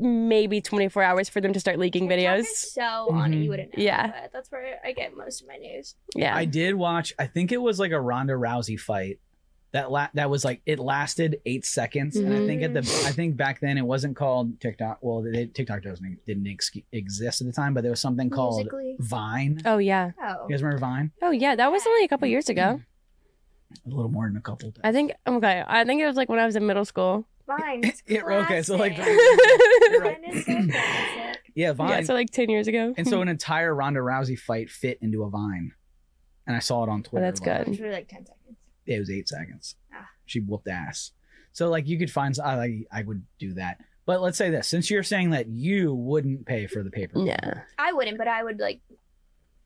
S3: maybe 24 hours for them to start leaking
S4: TikTok
S3: videos.
S4: is So on it,
S2: Mhm.
S4: you wouldn't. Know,
S3: Yeah.
S4: but that's where I get most of my news.
S3: Yeah.
S2: I did watch. I think it was like a Ronda Rousey fight. That la- that was like it lasted eight seconds, and I think at the
S3: Mm-hmm.
S2: I think back then it wasn't called TikTok. Well, they, TikTok doesn't didn't ex- exist at the time, but there was something called
S4: Musically.
S2: Vine.
S3: oh yeah.
S4: Oh.
S2: You guys remember Vine?
S3: Oh yeah. That was only a couple years
S2: Mm.
S3: ago.
S2: A little more than a couple. Days.
S3: I think okay. I think it was like when I was in middle school.
S4: Vine. is
S2: Yeah, okay, so, like,
S4: classic.
S3: yeah.
S4: Vine is so classic.
S2: yeah, Vine.
S3: So like 10 years ago.
S2: and so an entire Ronda Rousey fight fit into a Vine, and I saw it on Twitter.
S3: Oh, that's
S2: like,
S3: good.
S4: It's really like ten seconds.
S2: it was eight seconds.
S4: Ah.
S2: She whooped ass. So like you could find I like I would do that. But let's say this, since you're saying that you wouldn't pay for the paper,
S3: yeah.
S4: I wouldn't, but I would like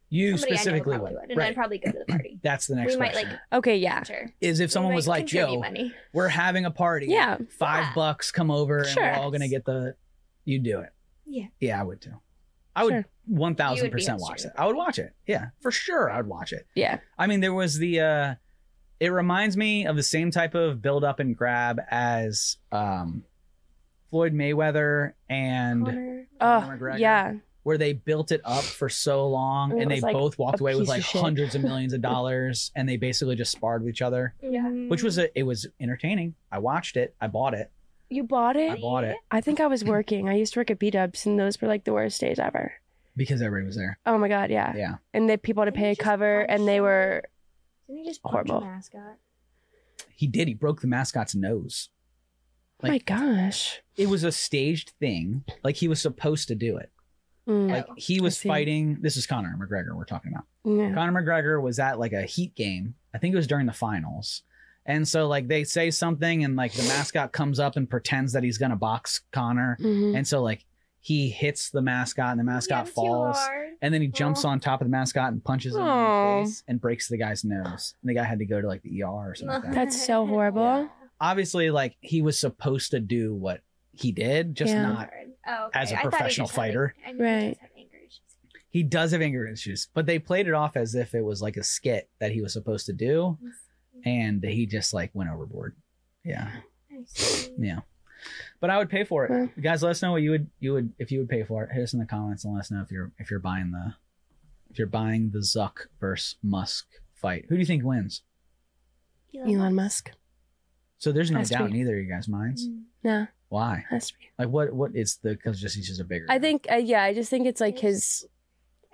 S2: you
S4: somebody
S2: specifically
S4: I know probably
S2: would.
S4: would, and
S2: Right.
S4: I'd probably go to the party.
S2: That's the next
S4: we might
S2: question.
S4: like
S3: Okay. Yeah.
S4: enter.
S2: is if someone
S4: We
S2: was
S4: might
S2: like,
S4: contribute
S2: "Yo,
S4: money.
S2: we're having a party.
S3: Yeah.
S2: five
S4: Yeah.
S2: bucks, come over, and
S3: Sure.
S2: we're all gonna get the." You do it.
S4: Yeah.
S2: Yeah, I would too. I would
S3: Sure.
S2: one thousand percent
S4: You would be
S2: watch it.
S4: upstream.
S2: I would watch it. Yeah, for sure, I would watch it.
S3: Yeah.
S2: I mean, there was the. uh It reminds me of the same type of build up and grab as um Floyd Mayweather and
S4: Connor.
S3: Oh
S2: Conor McGregor.
S3: yeah.
S2: where they built it up for so long
S3: And it
S2: and they
S3: was, like,
S2: both walked
S3: a
S2: away with
S3: piece of
S2: like
S3: shit.
S2: hundreds of millions of dollars and they basically just sparred with each other
S4: Yeah.
S3: Um,
S2: which was a, it was entertaining i watched it i bought it
S3: You bought
S2: i
S3: it.
S2: bought it
S3: I think I was working. I used to work at B Dubs, and those were like the worst days ever.
S2: because everybody was there
S3: Oh my god, yeah.
S2: yeah
S3: And they people had to
S4: Didn't
S3: pay
S4: you
S3: a
S4: just
S3: cover, and they
S4: punch
S3: were
S4: Didn't he just
S3: horrible.
S4: punch a mascot?
S2: he did he broke the mascot's nose
S3: oh my gosh.
S2: it was a staged thing like he was supposed to do it
S3: Mm,
S4: Yeah.
S2: like he
S3: I
S2: was
S3: see.
S2: fighting this is conor mcgregor we're talking about
S3: yeah.
S2: conor mcgregor was at like a heat game I think it was during the finals. And so like they say something and like the mascot comes up and pretends that he's gonna box Connor.
S3: Mhm.
S2: And so like he hits the mascot and the mascot falls. And then he jumps
S4: Aw.
S2: on top of the mascot and punches him in
S3: Aw.
S2: the face and breaks the guy's nose. And the guy had to go to like the ER or something like that.
S3: That's so horrible.
S2: Obviously, like he was supposed to do what he did, just
S3: Yeah.
S2: not.
S4: Oh,
S2: as a
S4: I thought he
S2: professional
S4: just had, like-
S2: fighter.
S4: I knew he just
S3: Right.
S4: had anger issues.
S2: He does have anger issues, but they played it off as if it was like a skit that he was supposed to do, and he just like went overboard. Yeah,
S4: I see.
S2: yeah. But I would pay for it,
S3: Hmm.
S2: guys. Let us know what you would you would if you would pay for it. Hit us in the comments and let us know if you're if you're buying the if you're buying the Zuck versus Musk fight. Who do you think wins?
S3: Elon Musk.
S2: So there's no
S3: Has to
S2: doubt
S3: be.
S2: in either of you guys'
S3: Mm-hmm.
S2: minds.
S4: Mm.
S3: No,
S2: Why?
S3: has to be.
S2: Like what? What is the? Because just he's just a bigger.
S3: I
S2: guy.
S3: think. Uh, yeah, I just think it's like his.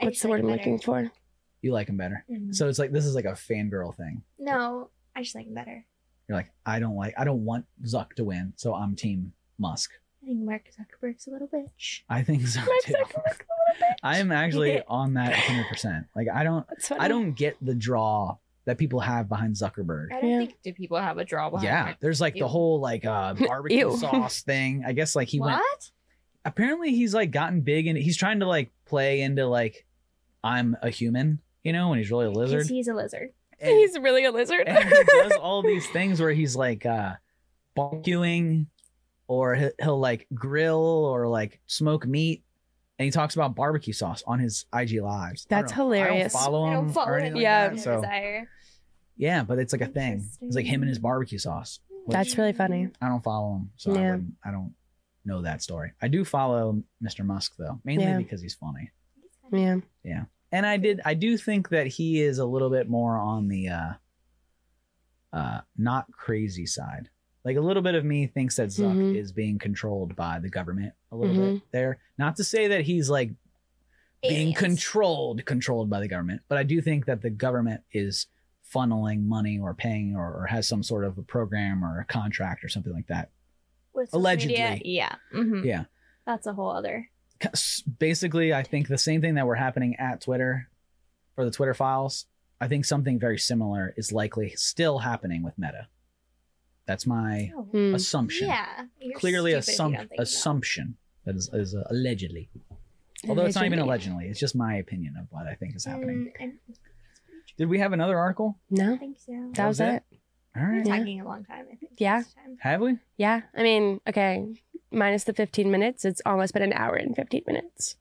S4: I
S3: What's
S4: just
S3: the
S4: like
S3: word I'm
S4: him better.
S3: looking for?
S2: you like him better.
S3: Mm-hmm.
S4: Mhm.
S2: So it's like this is like a fangirl thing.
S4: No, I just like him better.
S2: You're like I don't like I don't want Zuck to win, so I'm Team Musk.
S4: I think Mark Zuckerberg's a little bitch.
S2: I think so
S3: Mark
S2: too.
S3: Zuckerberg's a little bit.
S2: I am actually on that 100. percent Like I don't
S3: That's funny.
S2: I don't get the draw that people have behind Zuckerberg.
S4: Oh,
S5: I don't
S3: Yeah.
S5: think do people have a draw behind
S2: Yeah, there's like the
S5: Ew.
S2: whole like uh, barbecue
S3: Ew.
S2: sauce thing. I guess like he
S5: what?
S2: went apparently he's like gotten big and he's trying to like play into like I'm a human, you know, when he's really a lizard.
S4: Because he's a lizard.
S2: And,
S3: He's really a lizard.
S2: and he does all these things where he's like uh barbecuing or he- he'll like grill or like smoke meat and he talks about barbecue sauce on his IG lives. I
S3: That's
S2: don't know.
S3: hilarious.
S2: I don't follow
S4: I
S2: him
S4: don't follow
S2: or
S4: him.
S2: anything like
S3: Yeah.
S2: that, So
S4: Desire.
S2: yeah, but it's like a thing. It's like him and his
S4: Interesting.
S2: barbecue sauce. which-
S3: That's really funny.
S2: I don't follow him, so I,
S3: Yeah.
S2: wouldn't- I don't know that story. I do follow Mr. Musk though, mainly
S3: Yeah.
S2: because he's funny.
S3: Yeah.
S2: And I did, I do think that he is a little bit more on the uh, uh, not crazy side. Like a little bit of me thinks that Zuck
S3: Mhm.
S2: is being controlled by the government a little bit
S3: Mhm.
S2: there. Not to say that he's like being controlled, controlled by the government, but I do think that the government is funneling money or paying or, or has some sort of a program or a contract or something like that.
S4: With
S2: Allegedly.
S4: media, yeah. Mhm.
S2: Yeah.
S4: That's a whole other.
S2: s- basically i think the same thing that were happening at twitter for the twitter files i think something very similar is likely still happening with meta that's my
S4: Oh,
S3: Hmm.
S2: assumption
S4: Yeah. You're
S2: clearly
S4: stupid if you
S2: assump-
S4: don't think about it.
S2: assumption that is, is uh, allegedly although it's not even allegedly it's just my opinion of what i think is happening
S4: Mm, and-
S2: did we have another article
S4: I
S3: No,
S4: think so.
S3: that was
S2: was
S3: it.
S2: it? all
S4: We're
S2: right
S3: Yeah.
S4: talking a long time. I think,
S3: Yeah.
S4: this time.
S2: have we
S3: Yeah. I mean, okay, minus the 15 minutes, it's almost been an hour and 15 minutes.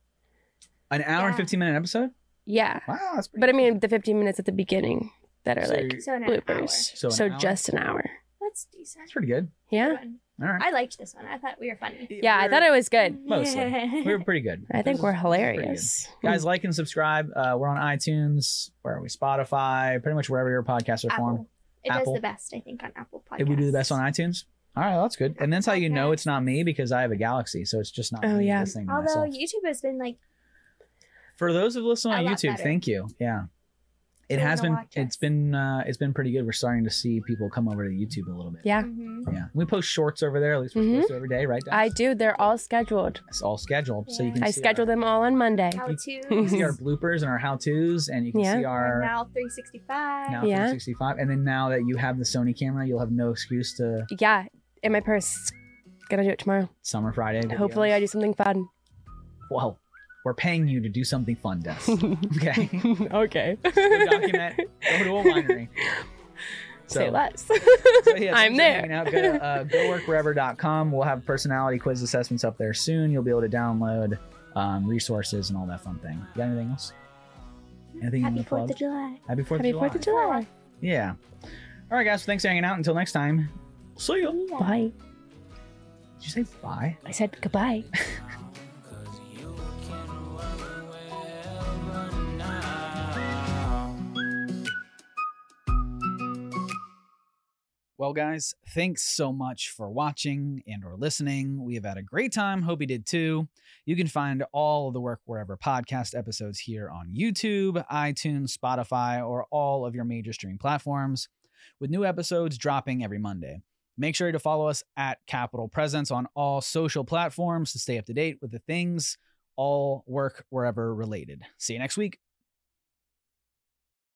S2: an hour and
S4: Yeah.
S2: 15 minute episode
S3: Yeah.
S2: wow that's pretty
S3: But I
S2: good.
S3: mean, the 15 minutes at the beginning that are
S2: So
S3: like
S2: you're-
S4: So an
S3: bloopers.
S4: hour.
S2: So an
S3: so
S2: hour?
S3: just an hour.
S4: That's decent.
S2: that's pretty good
S3: Yeah.
S4: Good one.
S2: all right
S4: I liked this one. I thought we were funny.
S3: Yeah. I thought it was good.
S2: Mostly. we were pretty good
S3: I think
S2: This
S3: we're
S2: is- this is pretty good.
S3: hilarious.
S2: guys like and subscribe uh, we're on itunes where are we spotify pretty much wherever your podcasts are formed
S4: Apple. It does
S2: Apple.
S4: the best, I think, on Apple Podcasts.
S2: Did we do the best on itunes all right that's good and that's how you know
S4: Podcasts.
S2: it's not me because i have a galaxy so it's just not
S3: Oh,
S2: me
S3: yeah.
S2: listening to
S4: Although
S2: myself.
S4: YouTube has been like,
S2: for those of listening
S4: A
S2: on
S4: lot
S2: youtube
S4: better.
S2: thank you yeah it
S4: They
S2: has
S4: wanna
S2: been
S4: watch
S2: it's
S4: us.
S2: been uh it's been pretty good we're starting to see people come over to youtube a little bit
S3: Yeah.
S4: mhm.
S2: yeah we post shorts over there at least we're
S3: Mhm.
S2: supposed to every day right Dax?
S3: I do. They're all scheduled.
S2: it's all scheduled so you
S4: Yeah.
S2: can
S3: I
S2: see
S3: schedule
S2: our,
S3: them all on Monday.
S4: how
S2: you can see
S4: to
S2: our bloopers and our how to's and you can
S3: Yeah.
S2: see our
S4: now 365.
S2: now
S3: Yeah.
S2: 365 and then now that you have the sony camera you'll have no excuse to
S3: Yeah. In my purse. Gonna do it tomorrow.
S2: summer friday videos.
S3: Hopefully, I do something fun.
S2: well we're paying you to do something fun Des. okay
S3: okay.
S2: Go document go to a winery so,
S3: Say less.
S2: so yeah,
S3: I'm
S2: thanks for
S3: there.
S2: hanging out. Go to uh, goworkforever.com. We'll have personality quiz assessments up there soon. You'll be able to download um, resources and all that fun thing. You got anything else? Anything you
S4: Happy
S2: want to plug?
S4: 4th of July.
S2: Happy 4th
S3: Happy
S2: of July.
S3: Fourth of July.
S2: yeah. All right, guys. Thanks for hanging out. Until next time. See ya. Did
S3: Bye.
S2: you say bye?
S3: I said goodbye.
S1: Cause you can run wherever now.
S2: Well, guys, thanks so much for watching and or listening. We have had a great time. Hope you did too. You can find all of the Work Wherever podcast episodes here on YouTube, iTunes, Spotify, or all of your major streaming platforms, with new episodes dropping every Monday. Make sure to follow us at Capital Presence on all social platforms to stay up to date with the things all work wherever related. See you next week.